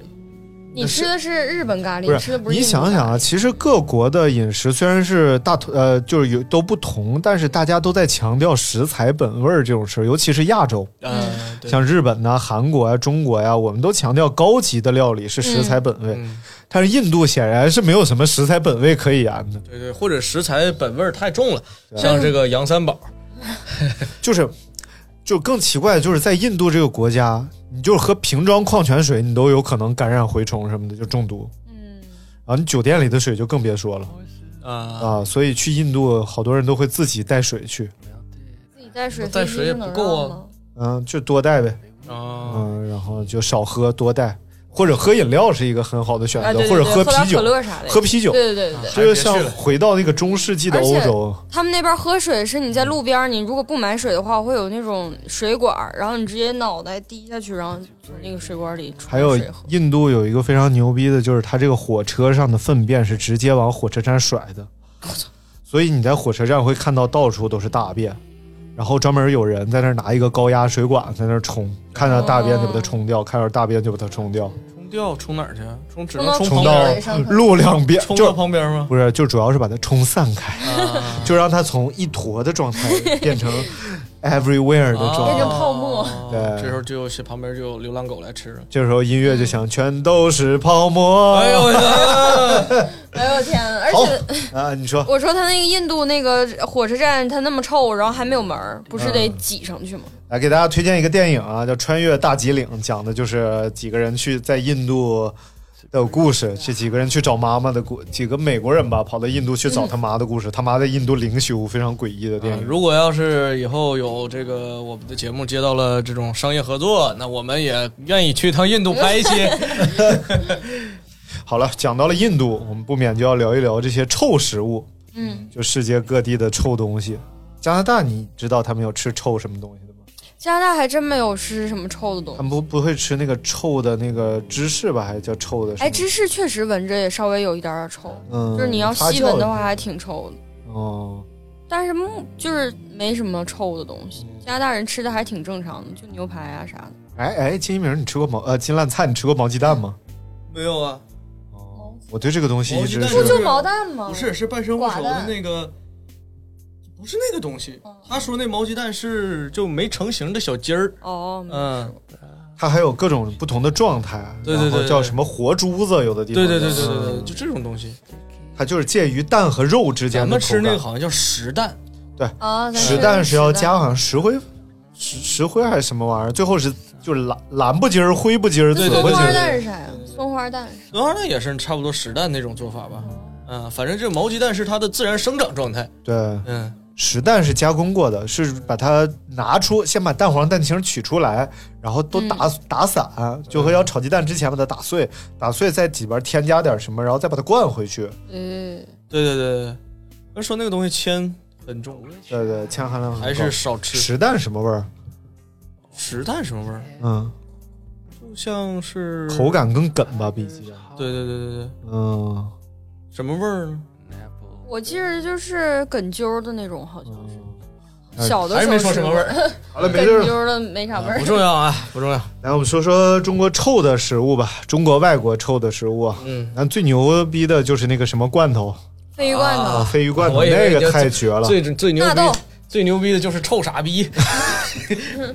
[SPEAKER 5] 你吃的是日本咖喱，
[SPEAKER 3] 不
[SPEAKER 5] 吃的不是
[SPEAKER 3] 你
[SPEAKER 5] 印度咖喱
[SPEAKER 3] 想想啊，，其实各国的饮食虽然是大同呃就是有都不同，但是大家都在强调食材本味儿这种事儿，尤其是亚洲。
[SPEAKER 4] 呃，对
[SPEAKER 3] 像日本呐、韩国呀、中国呀、我们都强调高级的料理是食材本味，
[SPEAKER 4] 嗯
[SPEAKER 3] 但是印度显然是没有什么食材本味可以言的。
[SPEAKER 4] 对对，或者食材本味儿太重了，
[SPEAKER 3] 对
[SPEAKER 4] 像这个杨三宝，
[SPEAKER 3] 就是，就更奇怪的就是在印度这个国家，你就是喝瓶装矿泉水，你都有可能感染蛔虫什么的，就中毒。
[SPEAKER 5] 嗯，
[SPEAKER 3] 啊，你酒店里的水就更别说了
[SPEAKER 4] 啊，
[SPEAKER 3] 啊，所以去印度，好多人都会自己带水去，
[SPEAKER 5] 自己带水
[SPEAKER 4] 带水也不够啊
[SPEAKER 5] 啊。
[SPEAKER 3] 嗯，就多带呗，
[SPEAKER 4] 啊，
[SPEAKER 3] 嗯，然后就少喝多带，或者喝饮料是一个很好的选择，
[SPEAKER 5] 啊，对对
[SPEAKER 3] 或者
[SPEAKER 5] 对，
[SPEAKER 3] 喝
[SPEAKER 5] 点
[SPEAKER 3] 啤酒
[SPEAKER 5] 可，乐啥的，
[SPEAKER 3] 喝啤酒，啊
[SPEAKER 5] 对对对对对。
[SPEAKER 3] 这就
[SPEAKER 6] 哎
[SPEAKER 3] 像
[SPEAKER 6] 别去了
[SPEAKER 3] 回到那个中世纪的欧洲，
[SPEAKER 5] 他们那边喝水是你在路边儿，你如果不买水的话，会有那种水管儿，然后你直接脑袋滴下去，然后从那个水管儿里出
[SPEAKER 3] 还有
[SPEAKER 5] 水喝。
[SPEAKER 3] 印度有一个非常牛逼的，就是它这个火车上的粪便是直接往火车站甩的，所以你在火车站会看到到处都是大便，然后专门有人在那儿拿一个高压水管在那儿冲，看到大便就把它冲掉，看到大便就把它冲掉，
[SPEAKER 4] 冲掉冲哪儿去啊？冲只
[SPEAKER 5] 冲
[SPEAKER 4] 能
[SPEAKER 5] 到
[SPEAKER 4] 冲
[SPEAKER 3] 冲
[SPEAKER 4] 旁
[SPEAKER 5] 旁
[SPEAKER 3] 到
[SPEAKER 4] 边
[SPEAKER 5] 边
[SPEAKER 4] 儿，
[SPEAKER 5] 儿也上头
[SPEAKER 3] 路两边
[SPEAKER 4] 冲到
[SPEAKER 3] 就
[SPEAKER 4] 旁边儿吗？
[SPEAKER 3] 不是就主要是把它冲散开，
[SPEAKER 4] 啊
[SPEAKER 3] 就让它从一坨的状态变 成 everywhere 的状
[SPEAKER 5] 变
[SPEAKER 3] 态。
[SPEAKER 5] 成泡沫
[SPEAKER 4] 哦
[SPEAKER 3] 对
[SPEAKER 4] 这时候就有旁边就有流浪狗来吃了。
[SPEAKER 3] 这时候音乐就响，全都是泡沫。
[SPEAKER 4] 哎呦 我的！
[SPEAKER 5] 哎呦我天呐！而
[SPEAKER 3] 好
[SPEAKER 5] 且
[SPEAKER 3] 啊，你说
[SPEAKER 5] 我说他那个印度那个火车站，它那么臭，然后还没有门
[SPEAKER 3] 嗯
[SPEAKER 5] 儿，不是得挤上去吗？
[SPEAKER 3] 来给大家推荐一个电影啊，叫《穿越大吉岭》，讲的就是几个人去在印度的故事，这几个人去找妈妈的故，几个美国人吧，跑到印度去找他妈的故事，他妈在印度灵修，非常诡异的电
[SPEAKER 4] 啊
[SPEAKER 5] 嗯
[SPEAKER 3] 影。
[SPEAKER 4] 如果要是以后有这个我们的节目接到了这种商业合作，那我们也愿意去趟印度拍一期。
[SPEAKER 3] 好了，讲到了印度，我们不免就要聊一聊这些臭食物，
[SPEAKER 5] 嗯，
[SPEAKER 3] 就世界各地的臭东西。加拿大，你知道他们有吃臭什么东西
[SPEAKER 5] 嗯
[SPEAKER 3] 的吗？
[SPEAKER 5] 加拿大还真没有吃什么臭的东
[SPEAKER 3] 他们
[SPEAKER 5] 西。
[SPEAKER 3] 不不会吃那个臭的那个芝士吧？还是叫臭的什么？
[SPEAKER 5] 哎，芝士确实闻着也稍微有一点点臭，
[SPEAKER 3] 嗯，
[SPEAKER 5] 就是你要
[SPEAKER 3] 发
[SPEAKER 5] 细
[SPEAKER 3] 酵
[SPEAKER 5] 闻的话还挺臭的，
[SPEAKER 3] 哦。
[SPEAKER 5] 但是木就是没什么臭的东西。加拿大人吃的还挺正常的，就牛排啊啥的。
[SPEAKER 3] 哎哎，金一鸣，你吃过毛呃金烂菜，你吃过毛鸡蛋吗？
[SPEAKER 4] 没有啊，
[SPEAKER 3] 哦，我对这个东西一直
[SPEAKER 4] 毛
[SPEAKER 5] 不
[SPEAKER 4] 鸡蛋
[SPEAKER 5] 就是毛蛋吗？
[SPEAKER 4] 不是，是半生不熟
[SPEAKER 5] 寡
[SPEAKER 4] 的
[SPEAKER 5] 淡
[SPEAKER 4] 那个，不是那个东西。他说那毛鸡蛋是就没成型的小鸡儿。
[SPEAKER 5] 哦，
[SPEAKER 4] 嗯，
[SPEAKER 3] 它还有各种不同的状态，
[SPEAKER 4] 对对
[SPEAKER 3] 然后
[SPEAKER 4] 对对
[SPEAKER 3] 叫什么活珠子，有的地方
[SPEAKER 4] 对对对
[SPEAKER 3] 叫
[SPEAKER 4] 对对对，就这种东西。
[SPEAKER 3] 它就是介于蛋和肉之间
[SPEAKER 4] 咱
[SPEAKER 3] 的
[SPEAKER 4] 们
[SPEAKER 3] 口
[SPEAKER 4] 吃
[SPEAKER 3] 感。
[SPEAKER 4] 那个好像叫实蛋，
[SPEAKER 5] 啊，咱
[SPEAKER 3] 实
[SPEAKER 5] 吃
[SPEAKER 3] 蛋是要
[SPEAKER 5] 实
[SPEAKER 3] 加好像石灰，石石灰还是什么玩意儿，最后是就是蓝蓝不筋儿、灰不筋儿、紫
[SPEAKER 4] 对对
[SPEAKER 5] 松
[SPEAKER 3] 不
[SPEAKER 4] 对
[SPEAKER 3] 筋
[SPEAKER 5] 花
[SPEAKER 3] 儿。
[SPEAKER 5] 蛋是啥呀？松花蛋是啥
[SPEAKER 4] 鹅花蛋啊也是差不多实蛋那种做法吧。嗯，反正这毛鸡蛋是它的自然生长状态。
[SPEAKER 3] 对，
[SPEAKER 4] 嗯，
[SPEAKER 3] 实蛋是加工过的，是把它拿出，先把蛋黄、蛋清取出来，然后都打、打散，就和要炒鸡蛋之前把它打碎，打碎在里边添加点什么，然后再把它灌回去。
[SPEAKER 5] 呃，
[SPEAKER 4] 对对对对。他说那个东西铅很重，
[SPEAKER 3] 对对，铅含量很高
[SPEAKER 4] 还是少吃。
[SPEAKER 3] 实蛋什么味儿？
[SPEAKER 4] 实蛋什么味儿？
[SPEAKER 3] 嗯，
[SPEAKER 4] 就像是
[SPEAKER 3] 口。感更梗吧，比鸡。
[SPEAKER 4] 对对对对对，
[SPEAKER 3] 嗯，
[SPEAKER 4] 什么味儿呢？
[SPEAKER 5] 我记着就是梗揪儿的那种，好像是
[SPEAKER 3] 哎
[SPEAKER 5] 小的
[SPEAKER 4] 啊还
[SPEAKER 5] 时
[SPEAKER 4] 是
[SPEAKER 5] 候
[SPEAKER 4] 没说什么味
[SPEAKER 5] 吃过
[SPEAKER 4] 儿，
[SPEAKER 3] 好了，没
[SPEAKER 5] 跟
[SPEAKER 3] 事
[SPEAKER 5] 溜
[SPEAKER 3] 儿。
[SPEAKER 5] 儿的没啥味
[SPEAKER 4] 不
[SPEAKER 5] 儿。
[SPEAKER 4] 重要啊，不 重要。
[SPEAKER 3] 来，我们说说中国臭的食物吧，中国外国臭的食物啊。
[SPEAKER 4] 嗯，
[SPEAKER 3] 咱最牛逼的就是那个什么罐头
[SPEAKER 5] 鲱鱼罐
[SPEAKER 4] 啊
[SPEAKER 5] 头、
[SPEAKER 3] 鲱鱼罐头，
[SPEAKER 4] 我以为
[SPEAKER 3] 那个
[SPEAKER 4] 就
[SPEAKER 3] 太绝了。
[SPEAKER 4] 最最牛
[SPEAKER 5] 纳
[SPEAKER 4] 逼
[SPEAKER 5] 豆，
[SPEAKER 4] 最牛逼的就是臭傻 逼，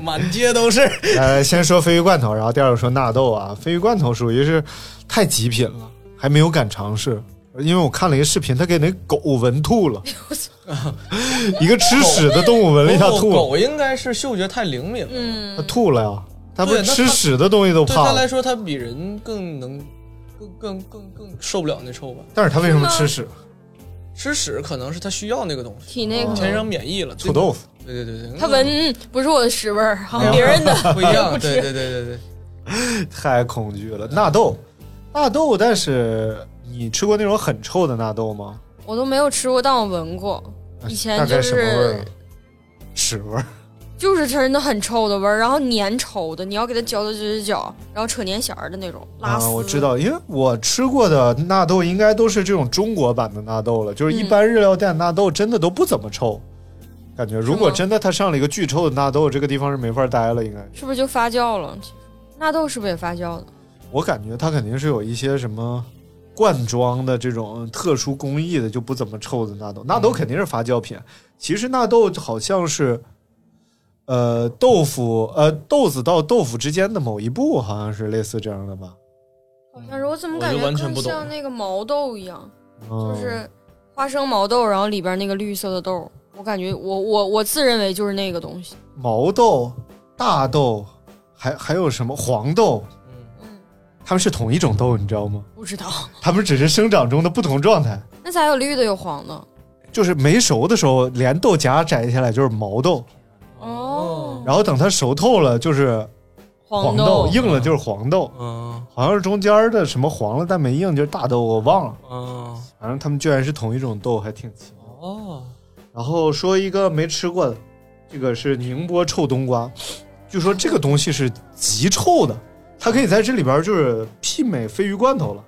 [SPEAKER 4] 满街都是。
[SPEAKER 3] 呃，先说鲱鱼罐头，然后第二个说纳豆啊。鲱鱼罐头属于是太极品了，还没有敢尝试，因为我看了一个视频，他给那狗闻吐 了，一个吃屎的动 物闻了一下
[SPEAKER 4] 狗
[SPEAKER 3] 吐了，
[SPEAKER 4] 哦狗应该是嗅觉太灵敏了，
[SPEAKER 5] 嗯
[SPEAKER 3] 它，吐了呀。它不是
[SPEAKER 4] 对那
[SPEAKER 3] 吃
[SPEAKER 4] 它
[SPEAKER 3] 屎的东西都
[SPEAKER 4] 对
[SPEAKER 3] 怕
[SPEAKER 4] 它
[SPEAKER 3] 了
[SPEAKER 4] 来，说，它比人更能。更更更更受不了那臭吧？
[SPEAKER 3] 但是它为什么吃屎？
[SPEAKER 4] 吃屎可能是它需要那个东西，
[SPEAKER 5] 体内可
[SPEAKER 4] 啊天
[SPEAKER 5] 能
[SPEAKER 4] 生免疫了。
[SPEAKER 3] 臭豆腐。
[SPEAKER 4] 对对对对，
[SPEAKER 5] 他闻嗯不是我的屎味儿，好像别 人的。
[SPEAKER 4] 不一样。
[SPEAKER 5] 不吃
[SPEAKER 4] 对对对对对，
[SPEAKER 3] 太恐惧了。纳豆，纳豆，但是你吃过那种很臭的纳豆吗？
[SPEAKER 5] 我都没有吃过，但我闻过。以前
[SPEAKER 3] 大
[SPEAKER 5] 就
[SPEAKER 3] 概什么味
[SPEAKER 5] 是
[SPEAKER 3] 儿？屎味儿。
[SPEAKER 5] 就是真的很臭的味儿，然后粘稠的，你要给它搅搅搅搅搅，然后扯粘弦儿的那种拉丝。
[SPEAKER 3] 啊，我知。道，因为我吃过的纳豆应该都是这种中国版的纳豆了，
[SPEAKER 5] 嗯
[SPEAKER 3] 就是一般日料店纳豆真的都不怎么臭。感觉如果真的它上了一个巨臭的纳豆，这个地方是没法待了。应该，
[SPEAKER 5] 是不是就发酵了？其实纳豆是不是也发酵的？
[SPEAKER 3] 我感觉它肯定是有一些什么罐装的这种特殊工艺的，就不怎么臭的纳豆。纳豆
[SPEAKER 5] 嗯
[SPEAKER 3] 肯定是发酵品。其实纳豆好像是，呃，豆腐呃豆子到豆腐之间的某一步，好像是类似这样的吧。
[SPEAKER 5] 好像是，我怎么
[SPEAKER 4] 我
[SPEAKER 5] 感
[SPEAKER 4] 就
[SPEAKER 5] 觉
[SPEAKER 4] 完全
[SPEAKER 5] 更
[SPEAKER 4] 不懂
[SPEAKER 5] 像那个毛豆一样，
[SPEAKER 3] 嗯、
[SPEAKER 5] 就是花生毛豆，然后里边那个绿色的豆儿。我感觉我我我自认为就是那个东西。
[SPEAKER 3] 毛豆、大豆，还还有什么黄豆，
[SPEAKER 5] 嗯，
[SPEAKER 3] 它们是同一种豆，你知道吗？
[SPEAKER 5] 不知道。
[SPEAKER 3] 它们只是生长中的不同状态。
[SPEAKER 5] 那咋有绿的有黄的？
[SPEAKER 3] 就是没熟的时候，连豆荚摘下来就是毛豆，
[SPEAKER 5] 哦，
[SPEAKER 3] 然后等它熟透了就是
[SPEAKER 5] 黄
[SPEAKER 3] 黄豆
[SPEAKER 5] 豆，
[SPEAKER 3] 硬了就是黄豆，
[SPEAKER 4] 嗯
[SPEAKER 3] 好像是中间的什么黄了但没硬，就是大豆，我忘了。
[SPEAKER 4] 嗯
[SPEAKER 3] 反正他们居然是同一种豆，还挺奇妙。
[SPEAKER 4] 哦，
[SPEAKER 3] 然后说一个没吃过的，这个是宁波臭冬瓜，据说这个东西是极臭的，它可以在这里边就是媲美鲱鱼罐头了。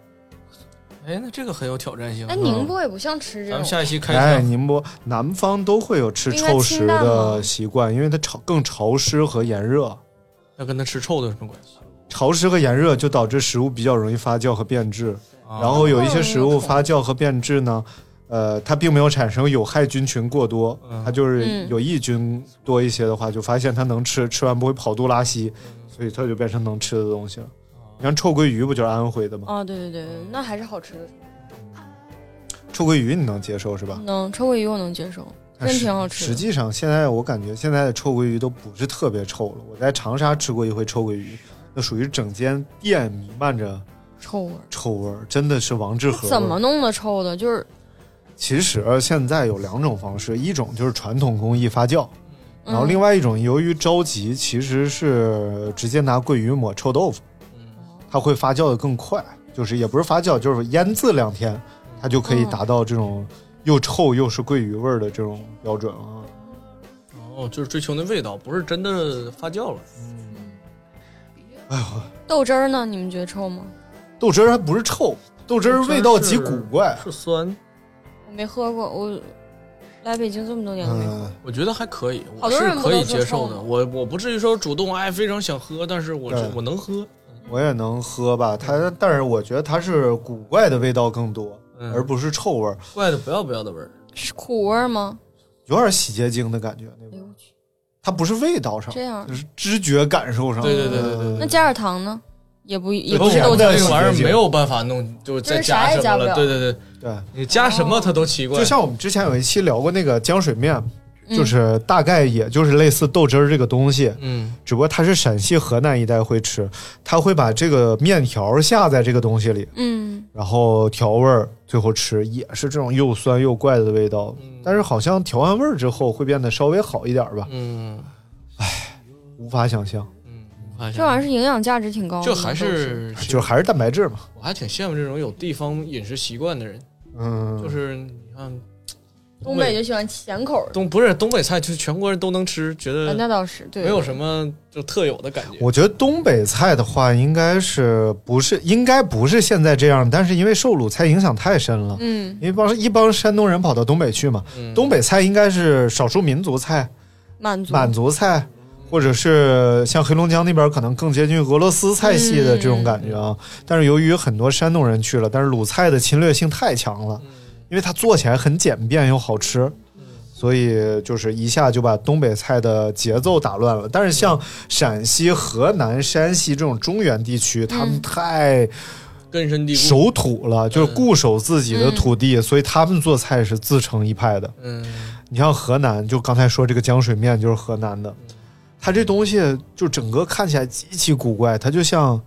[SPEAKER 4] 哎，那这个很有挑战性啊
[SPEAKER 5] 哎，。
[SPEAKER 3] 嗯
[SPEAKER 5] 宁波也不像吃这
[SPEAKER 4] 咱们
[SPEAKER 5] 种，
[SPEAKER 4] 下一期开
[SPEAKER 3] 哎，
[SPEAKER 4] 箱
[SPEAKER 3] 宁波南方都会有吃臭食的习惯，因为它潮更潮湿和炎热，
[SPEAKER 4] 那跟他吃臭的有什么关系？
[SPEAKER 3] 潮湿和炎热就导致食物比较容易发酵和变质。
[SPEAKER 4] 啊
[SPEAKER 3] 然后有
[SPEAKER 5] 哦
[SPEAKER 3] 一些食物发酵和变质呢，呃，它并没有产生有害菌群过多，它就是
[SPEAKER 5] 嗯
[SPEAKER 3] 有益菌多一些的话，就发现它能吃，吃完不会跑肚拉稀，所以它就变成能吃的东西了。你看臭鳜鱼不就是安徽的吗？
[SPEAKER 5] 哦，对对对，
[SPEAKER 4] 嗯
[SPEAKER 5] 那还是好吃的。
[SPEAKER 3] 臭鳜鱼你能接受是吧？
[SPEAKER 5] 能嗯臭鳜鱼我能接受，
[SPEAKER 3] 但
[SPEAKER 5] 嗯真
[SPEAKER 3] 是
[SPEAKER 5] 挺好吃
[SPEAKER 3] 实
[SPEAKER 5] 的。
[SPEAKER 3] 际上，现在我感觉现在的臭鳜鱼都不是特别臭了。我在长沙吃过一回臭鳜鱼，那属于整间店弥漫着
[SPEAKER 5] 臭味儿，
[SPEAKER 3] 臭味儿，真的是王致和味儿。
[SPEAKER 5] 怎么弄的臭的？就是
[SPEAKER 3] 其实现在有两种方式，一种就是传统工艺发酵，
[SPEAKER 5] 嗯
[SPEAKER 3] 然后另外一种由于着急，其实是直接拿鳜鱼抹臭豆腐，
[SPEAKER 4] 嗯
[SPEAKER 3] 它会发酵的更快，就是也不是发酵，就是腌制两天，它就
[SPEAKER 4] 嗯
[SPEAKER 3] 可以达到这种又臭又是鳜鱼味儿的这种标准啊了。
[SPEAKER 4] 哦，就是追求那味道，不是真的发酵了。
[SPEAKER 5] 豆汁儿呢？你们觉得臭吗？
[SPEAKER 3] 豆汁儿还不是臭，豆汁儿味道极古怪。
[SPEAKER 4] 是酸，
[SPEAKER 5] 我没喝过，我来北京这么多年都没喝。
[SPEAKER 3] 嗯，
[SPEAKER 4] 我觉得还可以，
[SPEAKER 5] 好
[SPEAKER 4] 我
[SPEAKER 5] 多
[SPEAKER 4] 是
[SPEAKER 5] 人不
[SPEAKER 4] 可
[SPEAKER 5] 都
[SPEAKER 4] 以
[SPEAKER 5] 说
[SPEAKER 4] 接受
[SPEAKER 5] 臭
[SPEAKER 4] 的。
[SPEAKER 5] 吗
[SPEAKER 4] 我我不至于说主动哎非常想喝，但是我
[SPEAKER 3] 对
[SPEAKER 4] 是我能喝。
[SPEAKER 3] 我也能喝吧，它但是我觉得它是古怪的味道更多，
[SPEAKER 4] 嗯
[SPEAKER 3] 而不是臭味儿，
[SPEAKER 4] 怪的不要不要的味儿，
[SPEAKER 5] 是苦味儿吗？
[SPEAKER 3] 有点洗洁精的感觉。那
[SPEAKER 5] 哎
[SPEAKER 3] 种
[SPEAKER 5] 呦我去，
[SPEAKER 3] 它不是味道上，
[SPEAKER 5] 这样
[SPEAKER 3] 就是知觉感受上。呃
[SPEAKER 4] 对对对对对
[SPEAKER 5] 那加点糖呢？也不也
[SPEAKER 4] 不
[SPEAKER 5] 不是
[SPEAKER 3] 甜
[SPEAKER 5] 豆
[SPEAKER 4] 我
[SPEAKER 5] 汁
[SPEAKER 3] 的
[SPEAKER 5] 儿
[SPEAKER 4] 那个玩意儿
[SPEAKER 3] 洗洁精
[SPEAKER 4] 没有办法弄，就是再
[SPEAKER 5] 就是啥
[SPEAKER 4] 加
[SPEAKER 5] 也
[SPEAKER 4] 什
[SPEAKER 5] 加
[SPEAKER 4] 么
[SPEAKER 5] 不
[SPEAKER 4] 了。
[SPEAKER 5] 了哦
[SPEAKER 4] 对对对，
[SPEAKER 3] 对
[SPEAKER 4] 你加什么它都奇怪。
[SPEAKER 3] 就像我们之前有一期聊过那个浆水面，
[SPEAKER 5] 嗯
[SPEAKER 3] 就是大概也就是类似豆汁儿这个东西，
[SPEAKER 4] 嗯
[SPEAKER 3] 只不过它是陕西、河南一带会吃，它会把这个面条下在这个东西里，
[SPEAKER 5] 嗯，
[SPEAKER 3] 然后调味儿，最后吃也是这种又酸又怪的味道，但是好像调完味儿之后会变得稍微好一点儿吧，
[SPEAKER 4] 嗯
[SPEAKER 3] 无法想象，
[SPEAKER 4] 嗯，发
[SPEAKER 5] 这玩意
[SPEAKER 4] 现
[SPEAKER 5] 儿是营养价值挺高的，
[SPEAKER 4] 就还
[SPEAKER 5] 豆汁
[SPEAKER 4] 是
[SPEAKER 3] 就是还是蛋白质嘛，
[SPEAKER 4] 我还挺羡慕这种有地方饮食习惯的人，
[SPEAKER 3] 嗯，
[SPEAKER 4] 就是你看
[SPEAKER 5] 东北就喜欢咸口儿的，
[SPEAKER 4] 东不是东北菜，就是全国人都能吃，觉
[SPEAKER 5] 啊那
[SPEAKER 4] 得
[SPEAKER 5] 倒是对，
[SPEAKER 4] 没有什么就特有的感觉。
[SPEAKER 3] 我觉得东北菜的话，应该是不是应该不是现在这样，但是因为受鲁菜影响太深了，
[SPEAKER 5] 嗯，
[SPEAKER 3] 因为帮一帮山东人跑到东北去嘛，
[SPEAKER 4] 嗯
[SPEAKER 3] 东北菜应该是少数民族菜、
[SPEAKER 5] 满足
[SPEAKER 3] 满族菜，或者是像黑龙江那边可能更接近俄罗斯菜系的这种感觉啊。但是由于很多山东人去了，但是鲁菜的侵略性太强了，因为它做起来很简便又好吃。所以就是一下就把东北菜的节奏打乱了。但是像陕西、河南、山西这种中原地区，他们太
[SPEAKER 4] 根深蒂固。
[SPEAKER 3] 守土了，就是固守自己的土地，所以他们做菜是自成一派的。
[SPEAKER 4] 嗯，
[SPEAKER 3] 你像河南，就刚才说这个浆水面就是河南的，它这东西就整个看起来极其古怪，它就像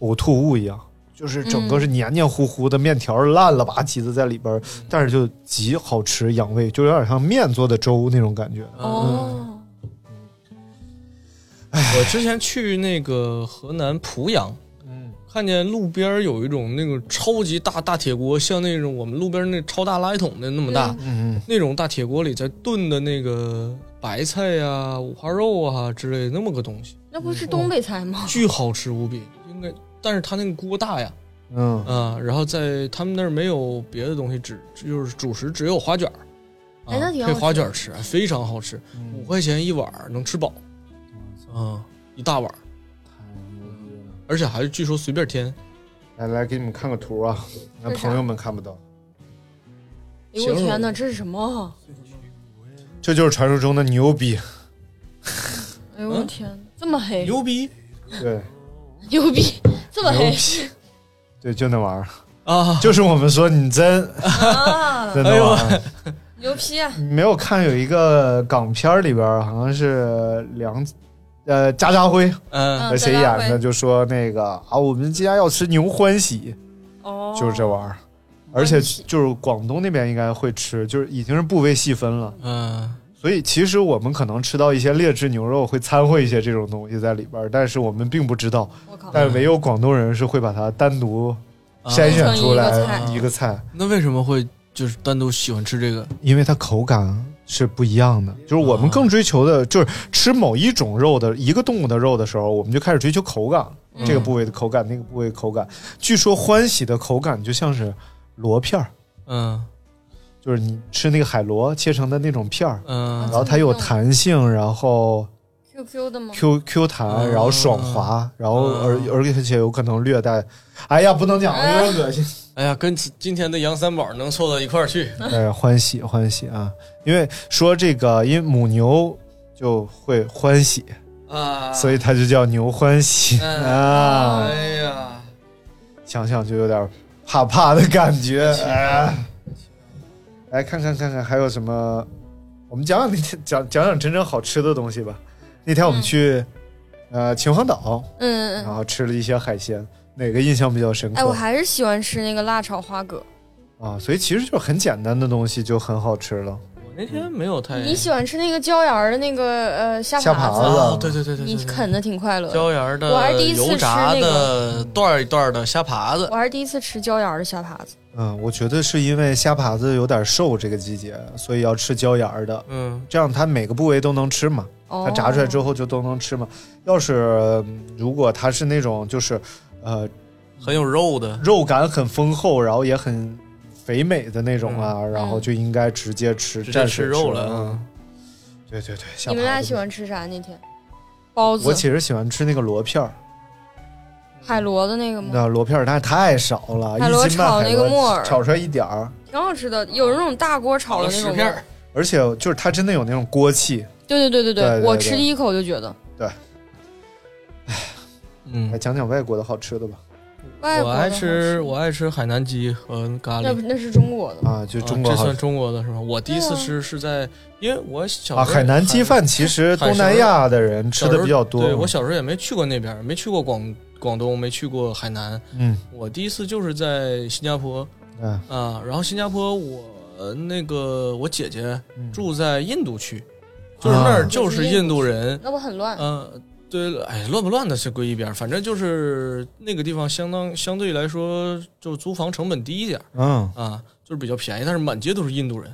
[SPEAKER 3] 呕吐物一样，就是整个是黏黏糊糊的面条儿烂了吧唧的在里边儿，但是就极好吃养胃，就有点像面做的粥那种感觉。
[SPEAKER 5] 哦，
[SPEAKER 4] 我之前去那个河南濮阳，
[SPEAKER 3] 嗯，
[SPEAKER 4] 看见路边儿有一种那个超级大大铁锅，像那种我们路边儿那超大垃圾桶的那么大，
[SPEAKER 3] 嗯，
[SPEAKER 4] 那种大铁锅里在炖的那个白菜呀、五花肉啊之类的那么个东西，
[SPEAKER 5] 那
[SPEAKER 3] 嗯
[SPEAKER 5] 不是
[SPEAKER 3] 哦
[SPEAKER 5] 东北菜吗？
[SPEAKER 4] 巨好吃无比。应该，但是它那个锅大呀，
[SPEAKER 3] 嗯，
[SPEAKER 4] 啊，然后在他们那儿没有别的东西，只就是主食只有花卷儿，啊
[SPEAKER 5] 哎那挺好
[SPEAKER 4] 配
[SPEAKER 5] 吃
[SPEAKER 4] 花卷儿吃，哎非常好吃，五块钱一碗儿能吃饱，啊，一大碗儿，而且还据说随便添。
[SPEAKER 3] 来来，给你们看个图啊，那
[SPEAKER 5] 这是啥
[SPEAKER 3] 朋友们看不到，
[SPEAKER 5] 哎呦我天哪，这是什么？啊
[SPEAKER 3] 这就是传说中的牛逼。
[SPEAKER 5] 哎呦
[SPEAKER 3] 嗯
[SPEAKER 5] 我天，这么黑，
[SPEAKER 4] 牛逼
[SPEAKER 3] 对，
[SPEAKER 5] 牛逼，这么黑
[SPEAKER 3] 对，就那玩意儿，
[SPEAKER 4] 啊！
[SPEAKER 3] 就是我们说你真
[SPEAKER 5] 啊，
[SPEAKER 3] 真的玩意儿。
[SPEAKER 5] 牛批啊！
[SPEAKER 3] 没有看有一个港片儿里边儿好像是梁，呃，渣渣辉
[SPEAKER 4] 嗯
[SPEAKER 5] 嗯
[SPEAKER 3] 和谁
[SPEAKER 5] 渣
[SPEAKER 3] 演
[SPEAKER 5] 渣辉
[SPEAKER 3] 的，就说那个啊，我们今天要吃牛欢喜，
[SPEAKER 5] 哦，
[SPEAKER 3] 就是这玩意儿，而
[SPEAKER 5] 欢喜
[SPEAKER 3] 且就是广东那边应该会吃，就是已经是部位细分了，
[SPEAKER 4] 嗯，
[SPEAKER 3] 所以其实我们可能吃到一些劣质牛肉，会掺和一些这种东西在里边儿，但是我们并不知道。
[SPEAKER 5] 我靠，
[SPEAKER 3] 但唯有广东人是会把它单独筛选出来
[SPEAKER 5] 嗯成一个菜
[SPEAKER 3] 一个菜，
[SPEAKER 4] 啊那为什么会就是单独喜欢吃这个？
[SPEAKER 3] 因为它口感是不一样的。就是我们
[SPEAKER 4] 啊
[SPEAKER 3] 更追求的，就是吃某一种肉的一个动物的肉的时候，我们就开始追求口感，
[SPEAKER 5] 嗯
[SPEAKER 3] 这个部位的口感，那个部位的口感。据说欢喜的口感就像是螺片儿，
[SPEAKER 4] 嗯
[SPEAKER 3] 就是你吃那个海螺切成的那种片儿，
[SPEAKER 4] 嗯
[SPEAKER 3] 然后它有弹性，然后
[SPEAKER 5] QQ 的吗？
[SPEAKER 3] Q Q 弹，
[SPEAKER 4] 嗯
[SPEAKER 3] 然后爽滑，然后而
[SPEAKER 4] 嗯
[SPEAKER 3] 而且有可能略带，哎呀，不能讲了，有点恶心。
[SPEAKER 4] 哎呀，跟今今天的杨三宝能凑到一块儿去，
[SPEAKER 3] 哎，欢喜欢喜啊！因为说这个，因为母牛就会欢喜，
[SPEAKER 4] 啊，
[SPEAKER 3] 所以它就叫牛欢喜
[SPEAKER 4] 嗯
[SPEAKER 5] 哦
[SPEAKER 3] 啊。
[SPEAKER 4] 哎呀，
[SPEAKER 3] 想想就有点怕怕的感觉。哎，来看看看看还有什么？我们讲讲那 天讲讲讲真正好吃的东西吧。那天我们去、呃秦皇岛，
[SPEAKER 5] 嗯嗯
[SPEAKER 3] 然
[SPEAKER 5] 嗯。
[SPEAKER 3] 后吃了一些海鲜，哪个印象比较深刻？
[SPEAKER 5] 哎，我还是喜欢吃那个辣炒花蛤。
[SPEAKER 3] 啊，所以其实就是很简单的东西就很好吃了。
[SPEAKER 4] 我那天没有太
[SPEAKER 5] 你喜欢吃那个椒盐儿的那个呃虾
[SPEAKER 3] 哎虾
[SPEAKER 5] 爬
[SPEAKER 3] 爬子
[SPEAKER 4] 哦，对对对对，对
[SPEAKER 5] 你啃的挺快乐的。
[SPEAKER 4] 椒盐儿的，
[SPEAKER 5] 我还是第一次吃
[SPEAKER 4] 油炸
[SPEAKER 5] 那
[SPEAKER 4] 的段儿一段儿的虾爬子
[SPEAKER 5] 我，还是第一次吃椒盐儿的虾爬子。
[SPEAKER 3] 嗯，我觉得是因为虾爬子有点瘦，这个季节，所以要吃椒盐儿的，
[SPEAKER 4] 嗯，
[SPEAKER 3] 这样它每个部位都能吃嘛，
[SPEAKER 5] 哦，
[SPEAKER 3] 它炸出来之后就都能吃嘛。要是嗯如果它是那种就是，呃，
[SPEAKER 4] 很有肉的，
[SPEAKER 3] 肉感很丰厚，然后也很肥美的那种啊，然
[SPEAKER 5] 嗯
[SPEAKER 3] 后就应该直接吃，
[SPEAKER 4] 嗯直接
[SPEAKER 3] 蘸
[SPEAKER 4] 吃
[SPEAKER 3] 水
[SPEAKER 4] 肉
[SPEAKER 3] 了。
[SPEAKER 4] 了
[SPEAKER 3] 嗯，对对对，虾
[SPEAKER 5] 你们
[SPEAKER 3] 爬
[SPEAKER 5] 俩
[SPEAKER 3] 子
[SPEAKER 5] 喜？欢吃啥？那天包子
[SPEAKER 3] 我、其实喜欢吃那个螺片儿，
[SPEAKER 5] 海螺的那个吗？
[SPEAKER 3] 那螺片儿但是太少了，
[SPEAKER 5] 海螺
[SPEAKER 3] 一斤半
[SPEAKER 5] 炒
[SPEAKER 3] 海
[SPEAKER 5] 那个
[SPEAKER 3] 螺
[SPEAKER 5] 木耳
[SPEAKER 3] 炒出来一点儿，
[SPEAKER 5] 挺好吃的，有那种大锅炒的那
[SPEAKER 4] 十
[SPEAKER 5] 种。
[SPEAKER 4] 哦片儿，
[SPEAKER 3] 而且就是它真的有那种锅气，
[SPEAKER 5] 对对对对
[SPEAKER 3] 对对对
[SPEAKER 5] 我吃第一口就觉得
[SPEAKER 3] 来
[SPEAKER 4] 嗯，
[SPEAKER 3] 讲讲外国的好吃的吧。
[SPEAKER 5] 外
[SPEAKER 4] 我
[SPEAKER 5] 国的好
[SPEAKER 4] 爱吃我爱吃海南鸡和咖
[SPEAKER 5] 那
[SPEAKER 4] 喱
[SPEAKER 5] 不。啊那是中国的
[SPEAKER 3] 啊，就中
[SPEAKER 4] 啊
[SPEAKER 3] 国
[SPEAKER 4] 这
[SPEAKER 3] 好
[SPEAKER 4] 算中国的是吗？我第一次吃是在，因为我小时候
[SPEAKER 3] 啊，海南鸡饭其实
[SPEAKER 4] 海
[SPEAKER 3] 东南亚的人吃
[SPEAKER 4] 小时
[SPEAKER 3] 的
[SPEAKER 4] 候
[SPEAKER 3] 比较多。
[SPEAKER 4] 对我小时候也没去过那边儿，没去过广广东，没去过海南。
[SPEAKER 3] 嗯
[SPEAKER 4] 我第一次就是在新加坡
[SPEAKER 3] 嗯
[SPEAKER 4] 啊，然后新加坡我呃那个我姐姐
[SPEAKER 3] 嗯
[SPEAKER 4] 住在印度区，就是那儿
[SPEAKER 3] 啊
[SPEAKER 4] 就是印度人，
[SPEAKER 5] 那不很乱？
[SPEAKER 4] 嗯，对了，哎，乱不乱的是归一边儿，反正就是那个地方相当相对来说，就租房成本低一点儿
[SPEAKER 3] 嗯
[SPEAKER 4] 啊，就是比较便宜，但是满街都是印度人，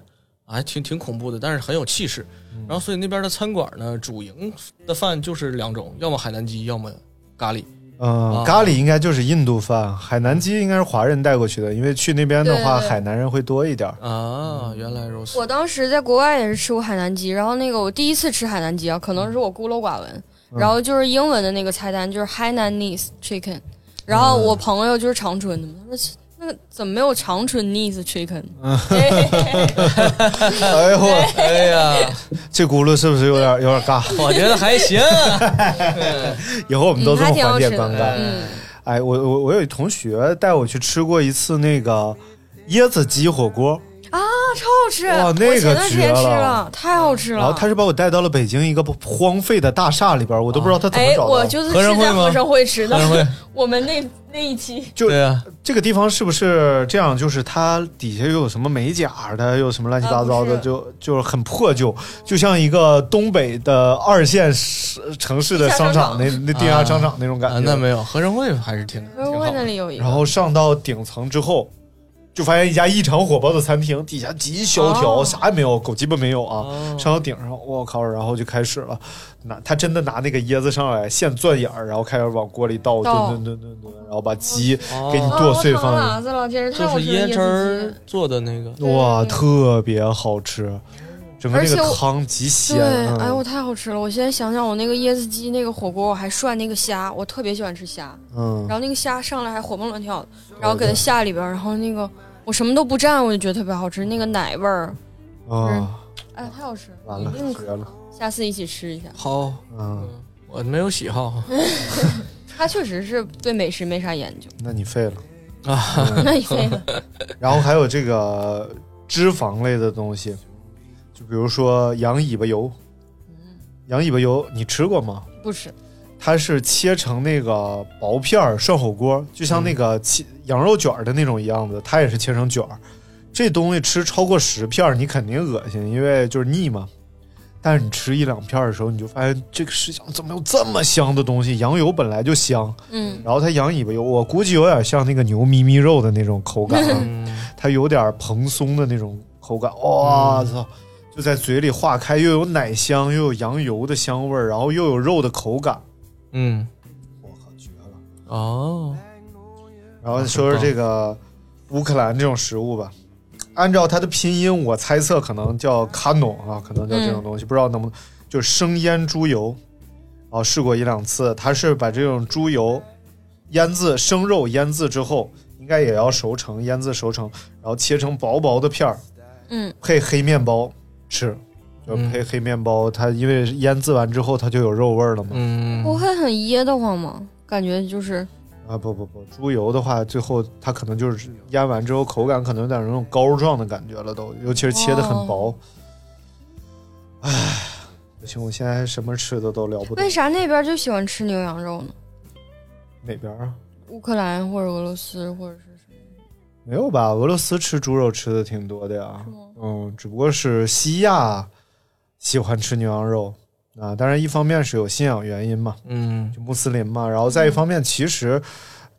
[SPEAKER 4] 啊还挺挺恐怖的，但是很有气势。
[SPEAKER 3] 嗯
[SPEAKER 4] 然后所以那边的餐馆呢，主营的饭就是两种，要么海南鸡，要么咖喱。
[SPEAKER 3] 嗯，
[SPEAKER 4] 啊
[SPEAKER 3] 咖喱应该就是印度饭，海南鸡应该是华人带过去的，因为去那边的话，
[SPEAKER 5] 对对对
[SPEAKER 3] 海南人会多一 点儿。
[SPEAKER 4] 啊，原来如此
[SPEAKER 5] 我。当时在国外也是吃过海南鸡，然后那个我第一次吃海南鸡啊，可能是我孤陋寡闻。
[SPEAKER 3] 嗯
[SPEAKER 5] 然后就是英文的那个菜单就是 Hainanese chicken，然
[SPEAKER 3] 嗯
[SPEAKER 5] 后我朋友就是长春的嘛，他说那个怎么没有长春 Nese chicken？
[SPEAKER 3] 哎呦，
[SPEAKER 4] 哎呀，
[SPEAKER 3] 这轱辘是不是有点有点尬？
[SPEAKER 4] 我觉得还行、啊。
[SPEAKER 3] 以后我们都这么缓解尴
[SPEAKER 5] 嗯还挺好吃
[SPEAKER 3] 尬
[SPEAKER 5] 的。嗯
[SPEAKER 3] 哎，我我我有一同学带我去吃过一次那个椰子鸡火锅，
[SPEAKER 5] 啊，超好吃！
[SPEAKER 3] 哇
[SPEAKER 5] 我
[SPEAKER 3] 那个
[SPEAKER 5] 前段时间
[SPEAKER 3] 绝
[SPEAKER 5] 吃
[SPEAKER 3] 了
[SPEAKER 5] 了，太好吃了。
[SPEAKER 3] 然后他是把我带到了北京一个荒废的大厦里边，我都不知道他怎么
[SPEAKER 5] 哎，
[SPEAKER 3] 找
[SPEAKER 5] 我
[SPEAKER 3] 到。
[SPEAKER 5] 就是
[SPEAKER 4] 合
[SPEAKER 5] 是
[SPEAKER 4] 生
[SPEAKER 5] 在
[SPEAKER 4] 汇吗
[SPEAKER 5] 合生汇吃的
[SPEAKER 4] 合生汇。
[SPEAKER 5] 我们那那一期，
[SPEAKER 3] 就
[SPEAKER 4] 对啊，
[SPEAKER 3] 这个地方是不是这样？就是它底下又有什么美甲的，又有什么乱七八糟的，
[SPEAKER 5] 啊不是
[SPEAKER 3] 就就是很破旧，就像一个东北的二线市城市的商场
[SPEAKER 5] 地
[SPEAKER 3] 那那地下商场那种 感
[SPEAKER 4] 啊
[SPEAKER 3] 觉。
[SPEAKER 4] 那没有，合生汇还是挺挺
[SPEAKER 5] 合生
[SPEAKER 4] 好
[SPEAKER 5] 汇那
[SPEAKER 4] 的。
[SPEAKER 5] 里有一个。
[SPEAKER 3] 然后上到顶层之后，就发现一家异常火爆的餐厅，底下极萧条，
[SPEAKER 5] 哦
[SPEAKER 3] 啥也没有，狗鸡巴没有啊。
[SPEAKER 4] 哦
[SPEAKER 3] 上到顶上，我靠！然后就开始了，拿他真的拿那个椰子上来，现钻眼儿，然后开始往锅里倒，
[SPEAKER 5] 倒
[SPEAKER 3] 炖炖炖炖炖，然后把鸡
[SPEAKER 4] 哦
[SPEAKER 3] 给你
[SPEAKER 5] 啊
[SPEAKER 3] 剁碎
[SPEAKER 5] 我
[SPEAKER 3] 放
[SPEAKER 5] 尝
[SPEAKER 3] 进去
[SPEAKER 5] 了，子老简直太
[SPEAKER 4] 就
[SPEAKER 5] 好
[SPEAKER 4] 是
[SPEAKER 5] 吃了椰
[SPEAKER 4] 椰
[SPEAKER 5] 子
[SPEAKER 4] 汁儿
[SPEAKER 5] 鸡。
[SPEAKER 4] 做的那个，
[SPEAKER 3] 哇，
[SPEAKER 5] 对
[SPEAKER 3] 特别好吃，整个那
[SPEAKER 5] 而且
[SPEAKER 3] 个
[SPEAKER 5] 我
[SPEAKER 3] 汤极鲜。
[SPEAKER 5] 对，
[SPEAKER 3] 嗯
[SPEAKER 5] 哎呦，我太好吃了！我现在想想，我那个椰子鸡那个火锅，我还涮那个虾，我特别喜欢吃虾。
[SPEAKER 3] 嗯
[SPEAKER 5] 然，后那个虾上来还活蹦乱跳的，然后给它下里边儿，然后那个我什么都不蘸，我就觉得特别好吃，那个奶味儿，
[SPEAKER 3] 啊，
[SPEAKER 5] 哎呀，太好吃了！
[SPEAKER 3] 完了，啊
[SPEAKER 5] 一定
[SPEAKER 3] 绝了。
[SPEAKER 5] 下次一起吃一下。
[SPEAKER 4] 好，
[SPEAKER 3] 嗯，
[SPEAKER 4] 我没有喜好。
[SPEAKER 5] 他确实是对美食没啥研究，
[SPEAKER 3] 那你废了。
[SPEAKER 5] 那你非得
[SPEAKER 3] 然后还有这个脂肪类的东西，就比如说羊尾巴油。
[SPEAKER 5] 嗯
[SPEAKER 3] 羊尾巴油你吃过吗？
[SPEAKER 5] 不吃。
[SPEAKER 3] 它是切成那个薄片儿涮火锅，就像那个切羊肉卷儿的那种一样的，它也是切成卷儿。这东西吃超过十片儿，你肯定恶心，因为就是腻嘛。但是你吃一两片儿的时候，你就发现这个世界上怎么有这么香的东西？羊油本来就香，
[SPEAKER 5] 嗯，
[SPEAKER 3] 然后它羊尾巴油，我估计有点像那个牛咪咪肉的那种口感
[SPEAKER 4] 嗯
[SPEAKER 3] 啊，它有点蓬松的那种口感，哇操！就在嘴里化开，又有奶香，又有羊油的香味儿，然后又有肉的口感，
[SPEAKER 4] 嗯，
[SPEAKER 3] 我靠，绝了！
[SPEAKER 4] 哦，
[SPEAKER 3] 然后说说这个乌克兰这种食物吧，按照它的拼音，我猜测可能叫卡农啊，可能叫这种东西，不知道能不能就是生腌猪油，啊，试过一两次，它是把这种猪油腌制生肉腌制之后，应该也要熟成，腌制熟成，然后切成薄薄的片儿，
[SPEAKER 5] 嗯，
[SPEAKER 3] 配黑面包吃，就
[SPEAKER 4] 嗯
[SPEAKER 3] 配黑面包，它因为腌制完之后它就有肉味儿了嘛，
[SPEAKER 4] 嗯，
[SPEAKER 5] 不会很噎得慌吗？感觉就是，
[SPEAKER 3] 啊不不不，猪油的话，最后它可能就是腌完之后口感可能有点那种膏状的感觉了都，尤其是切的很薄。唉，不行，我现在什么吃的都聊不懂
[SPEAKER 5] 为。啥那边就喜欢吃牛羊肉呢？
[SPEAKER 3] 哪边啊？
[SPEAKER 5] 乌克兰或者俄罗斯或者是什
[SPEAKER 3] 没有吧？俄罗斯吃猪肉吃的挺多的呀。
[SPEAKER 5] 么？
[SPEAKER 3] 嗯，只不过是西亚喜欢吃牛羊肉啊，当然一方面是有信仰原因嘛，
[SPEAKER 4] 嗯
[SPEAKER 3] 就穆斯林嘛。然后再一方面，其实，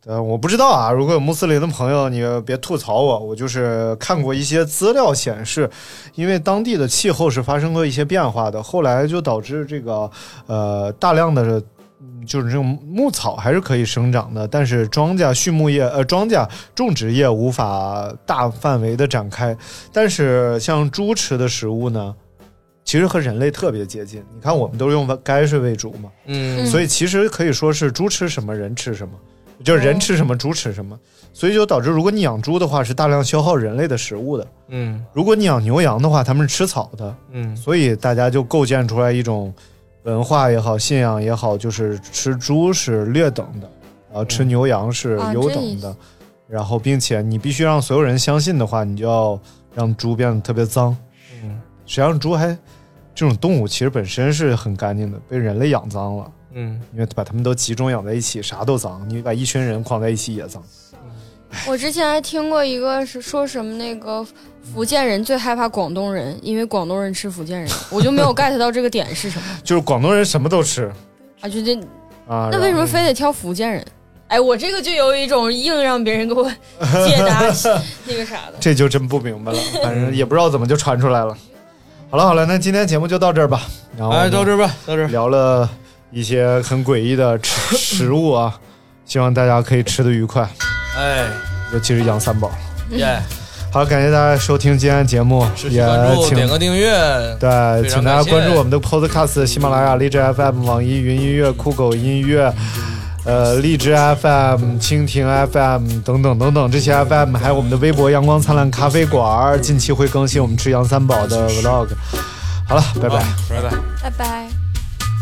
[SPEAKER 3] 呃，我不知道啊，如果有穆斯林的朋友，你别吐槽我，我就是看过一些资料显示，因为当地的气候是发生过一些变化的，后来就导致这个呃大量的。嗯就是这种牧草还是可以生长的，但是庄稼、畜牧业、呃，庄稼种植业无法大范围的展开。但是像猪吃的食物呢，其实和人类特别接近。你看，我们都是用泔水为主嘛，
[SPEAKER 4] 嗯
[SPEAKER 3] 所以其实可以说是猪吃什么人吃什么，就是人吃什么猪吃什么，所以就导致如果你养猪的话是大量消耗人类的食物的，
[SPEAKER 4] 嗯
[SPEAKER 3] 如果你养牛羊的话，它们是吃草的，
[SPEAKER 4] 嗯
[SPEAKER 3] 所以大家就构建出来一种文化也好，信仰也好，就是吃猪是略等的，然后吃
[SPEAKER 4] 嗯
[SPEAKER 3] 牛羊是
[SPEAKER 5] 啊
[SPEAKER 3] 优
[SPEAKER 5] 这意
[SPEAKER 3] 等的，
[SPEAKER 5] 思
[SPEAKER 3] 然后并且你必须让所有人相信的话，你就要让猪变得特别脏，
[SPEAKER 4] 嗯
[SPEAKER 3] 实际上猪还这种动物其实本身是很干净的，被人类养脏了。
[SPEAKER 4] 嗯，
[SPEAKER 3] 因为把他们都集中养在一起，啥都脏。你把一群人框在一起也脏。
[SPEAKER 5] 我之前还听过一个是说什么那个福建人最害怕广东人，因为广东人吃福建人，我就没有 get 到这个点是什么
[SPEAKER 3] 就是广东人什么都吃
[SPEAKER 5] 啊？就这
[SPEAKER 3] 啊，
[SPEAKER 5] 那为什么非得挑福建人？哎，我这个就有一种硬让别人给我解答 那个啥的。
[SPEAKER 3] 这就真不明白了。反正也不知道怎么就传出来了。好了好了，那今天节目就到这儿吧。然后
[SPEAKER 4] 哎，到这儿吧，到这儿，
[SPEAKER 3] 聊了一些很诡异的吃食物啊，希望大家可以吃的愉快，
[SPEAKER 4] 哎，
[SPEAKER 3] 尤其是杨三宝。
[SPEAKER 4] 耶，
[SPEAKER 3] 好，感谢大家收听今天的节目，
[SPEAKER 4] 持续
[SPEAKER 3] 也
[SPEAKER 4] 关注，
[SPEAKER 3] 请
[SPEAKER 4] 点个订阅，
[SPEAKER 3] 对，
[SPEAKER 4] 非
[SPEAKER 3] 请
[SPEAKER 4] 常
[SPEAKER 3] 大家
[SPEAKER 4] 感谢
[SPEAKER 3] 关注我们的 Podcast、喜马拉雅、荔枝 FM、网易云音乐、酷狗音乐。呃，荔枝 FM、蜻蜓 FM 等等等等这些 FM，还有我们的微博“阳光灿烂咖啡馆”，近期会更新我们吃杨三宝的 Vlog。好了，拜拜。
[SPEAKER 4] 好拜拜。
[SPEAKER 5] 拜拜。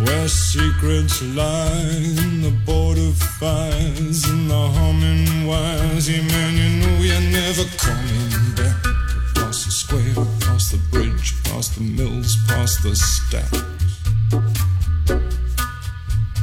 [SPEAKER 6] Where secrets lie in the border fires and the humming wires. Yeah, man, you know you're never coming back. Across the square, across the bridge, past the mills, past the stacks.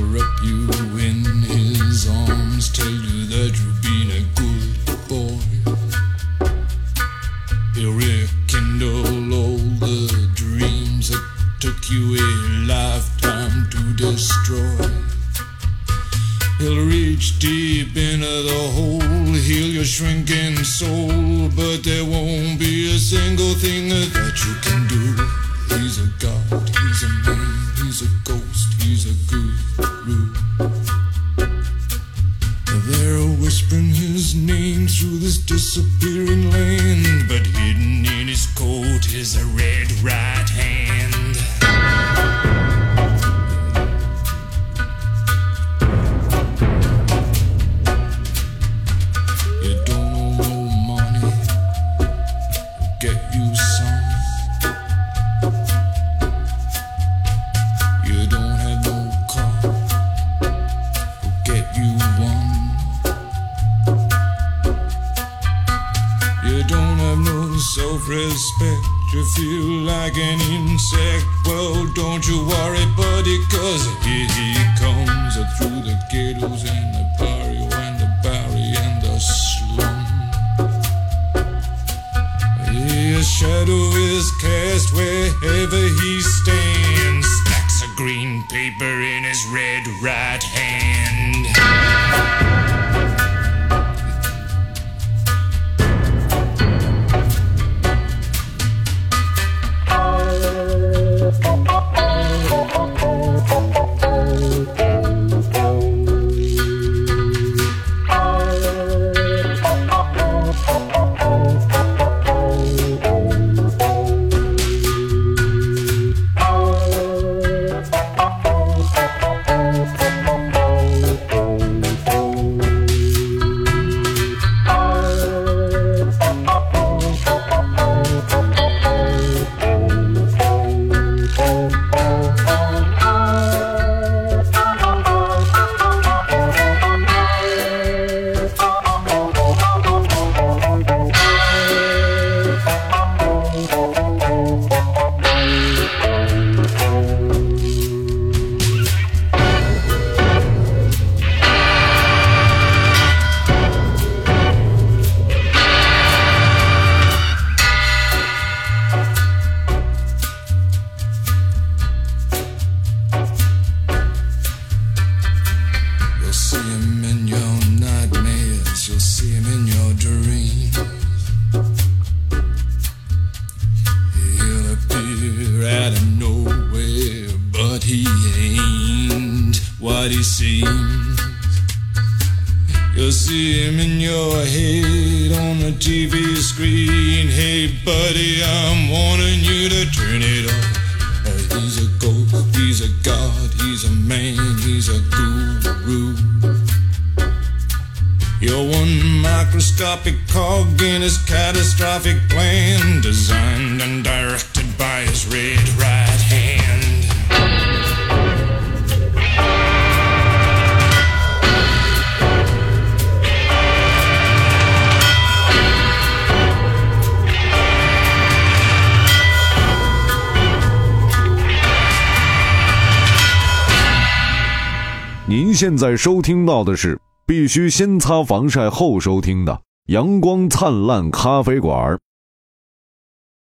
[SPEAKER 6] wrap you in his arms, tell you that you've been a good boy. He'll rekindle all the dreams that took you a lifetime to destroy. He'll reach deep into the hole, heal your shrinking soul, but there won't be a single thing that you can do. He's a god, he's a man, he's a ghost, he's a guru. They're whispering his name through this disappearing land, but hidden in his coat is a red right hand. You don't know no money, get you some. You don't have no car, get you one. You don't have no self respect. to feel like an insect. Well, don't you worry, buddy, cause here he comes uh, through the ghettos and the barrio and the barrio and the slum. His shadow is cast wherever he stands. Stacks of green paper in his red right hand. You'll see him in your nightmares, you'll see him in your dreams. He'll appear out of nowhere, but he ain't what he seems. You'll see him in your head on the TV screen. Hey, buddy, I'm warning you to turn it off. Uh, He's a ghost, he's a god, he's a man, he's a guru. You're one microscopic cog in his catastrophic plan, designed and directed by his red right hand.
[SPEAKER 1] 您现在收听到的是必须先擦防晒后收听的《阳光灿烂咖啡馆》。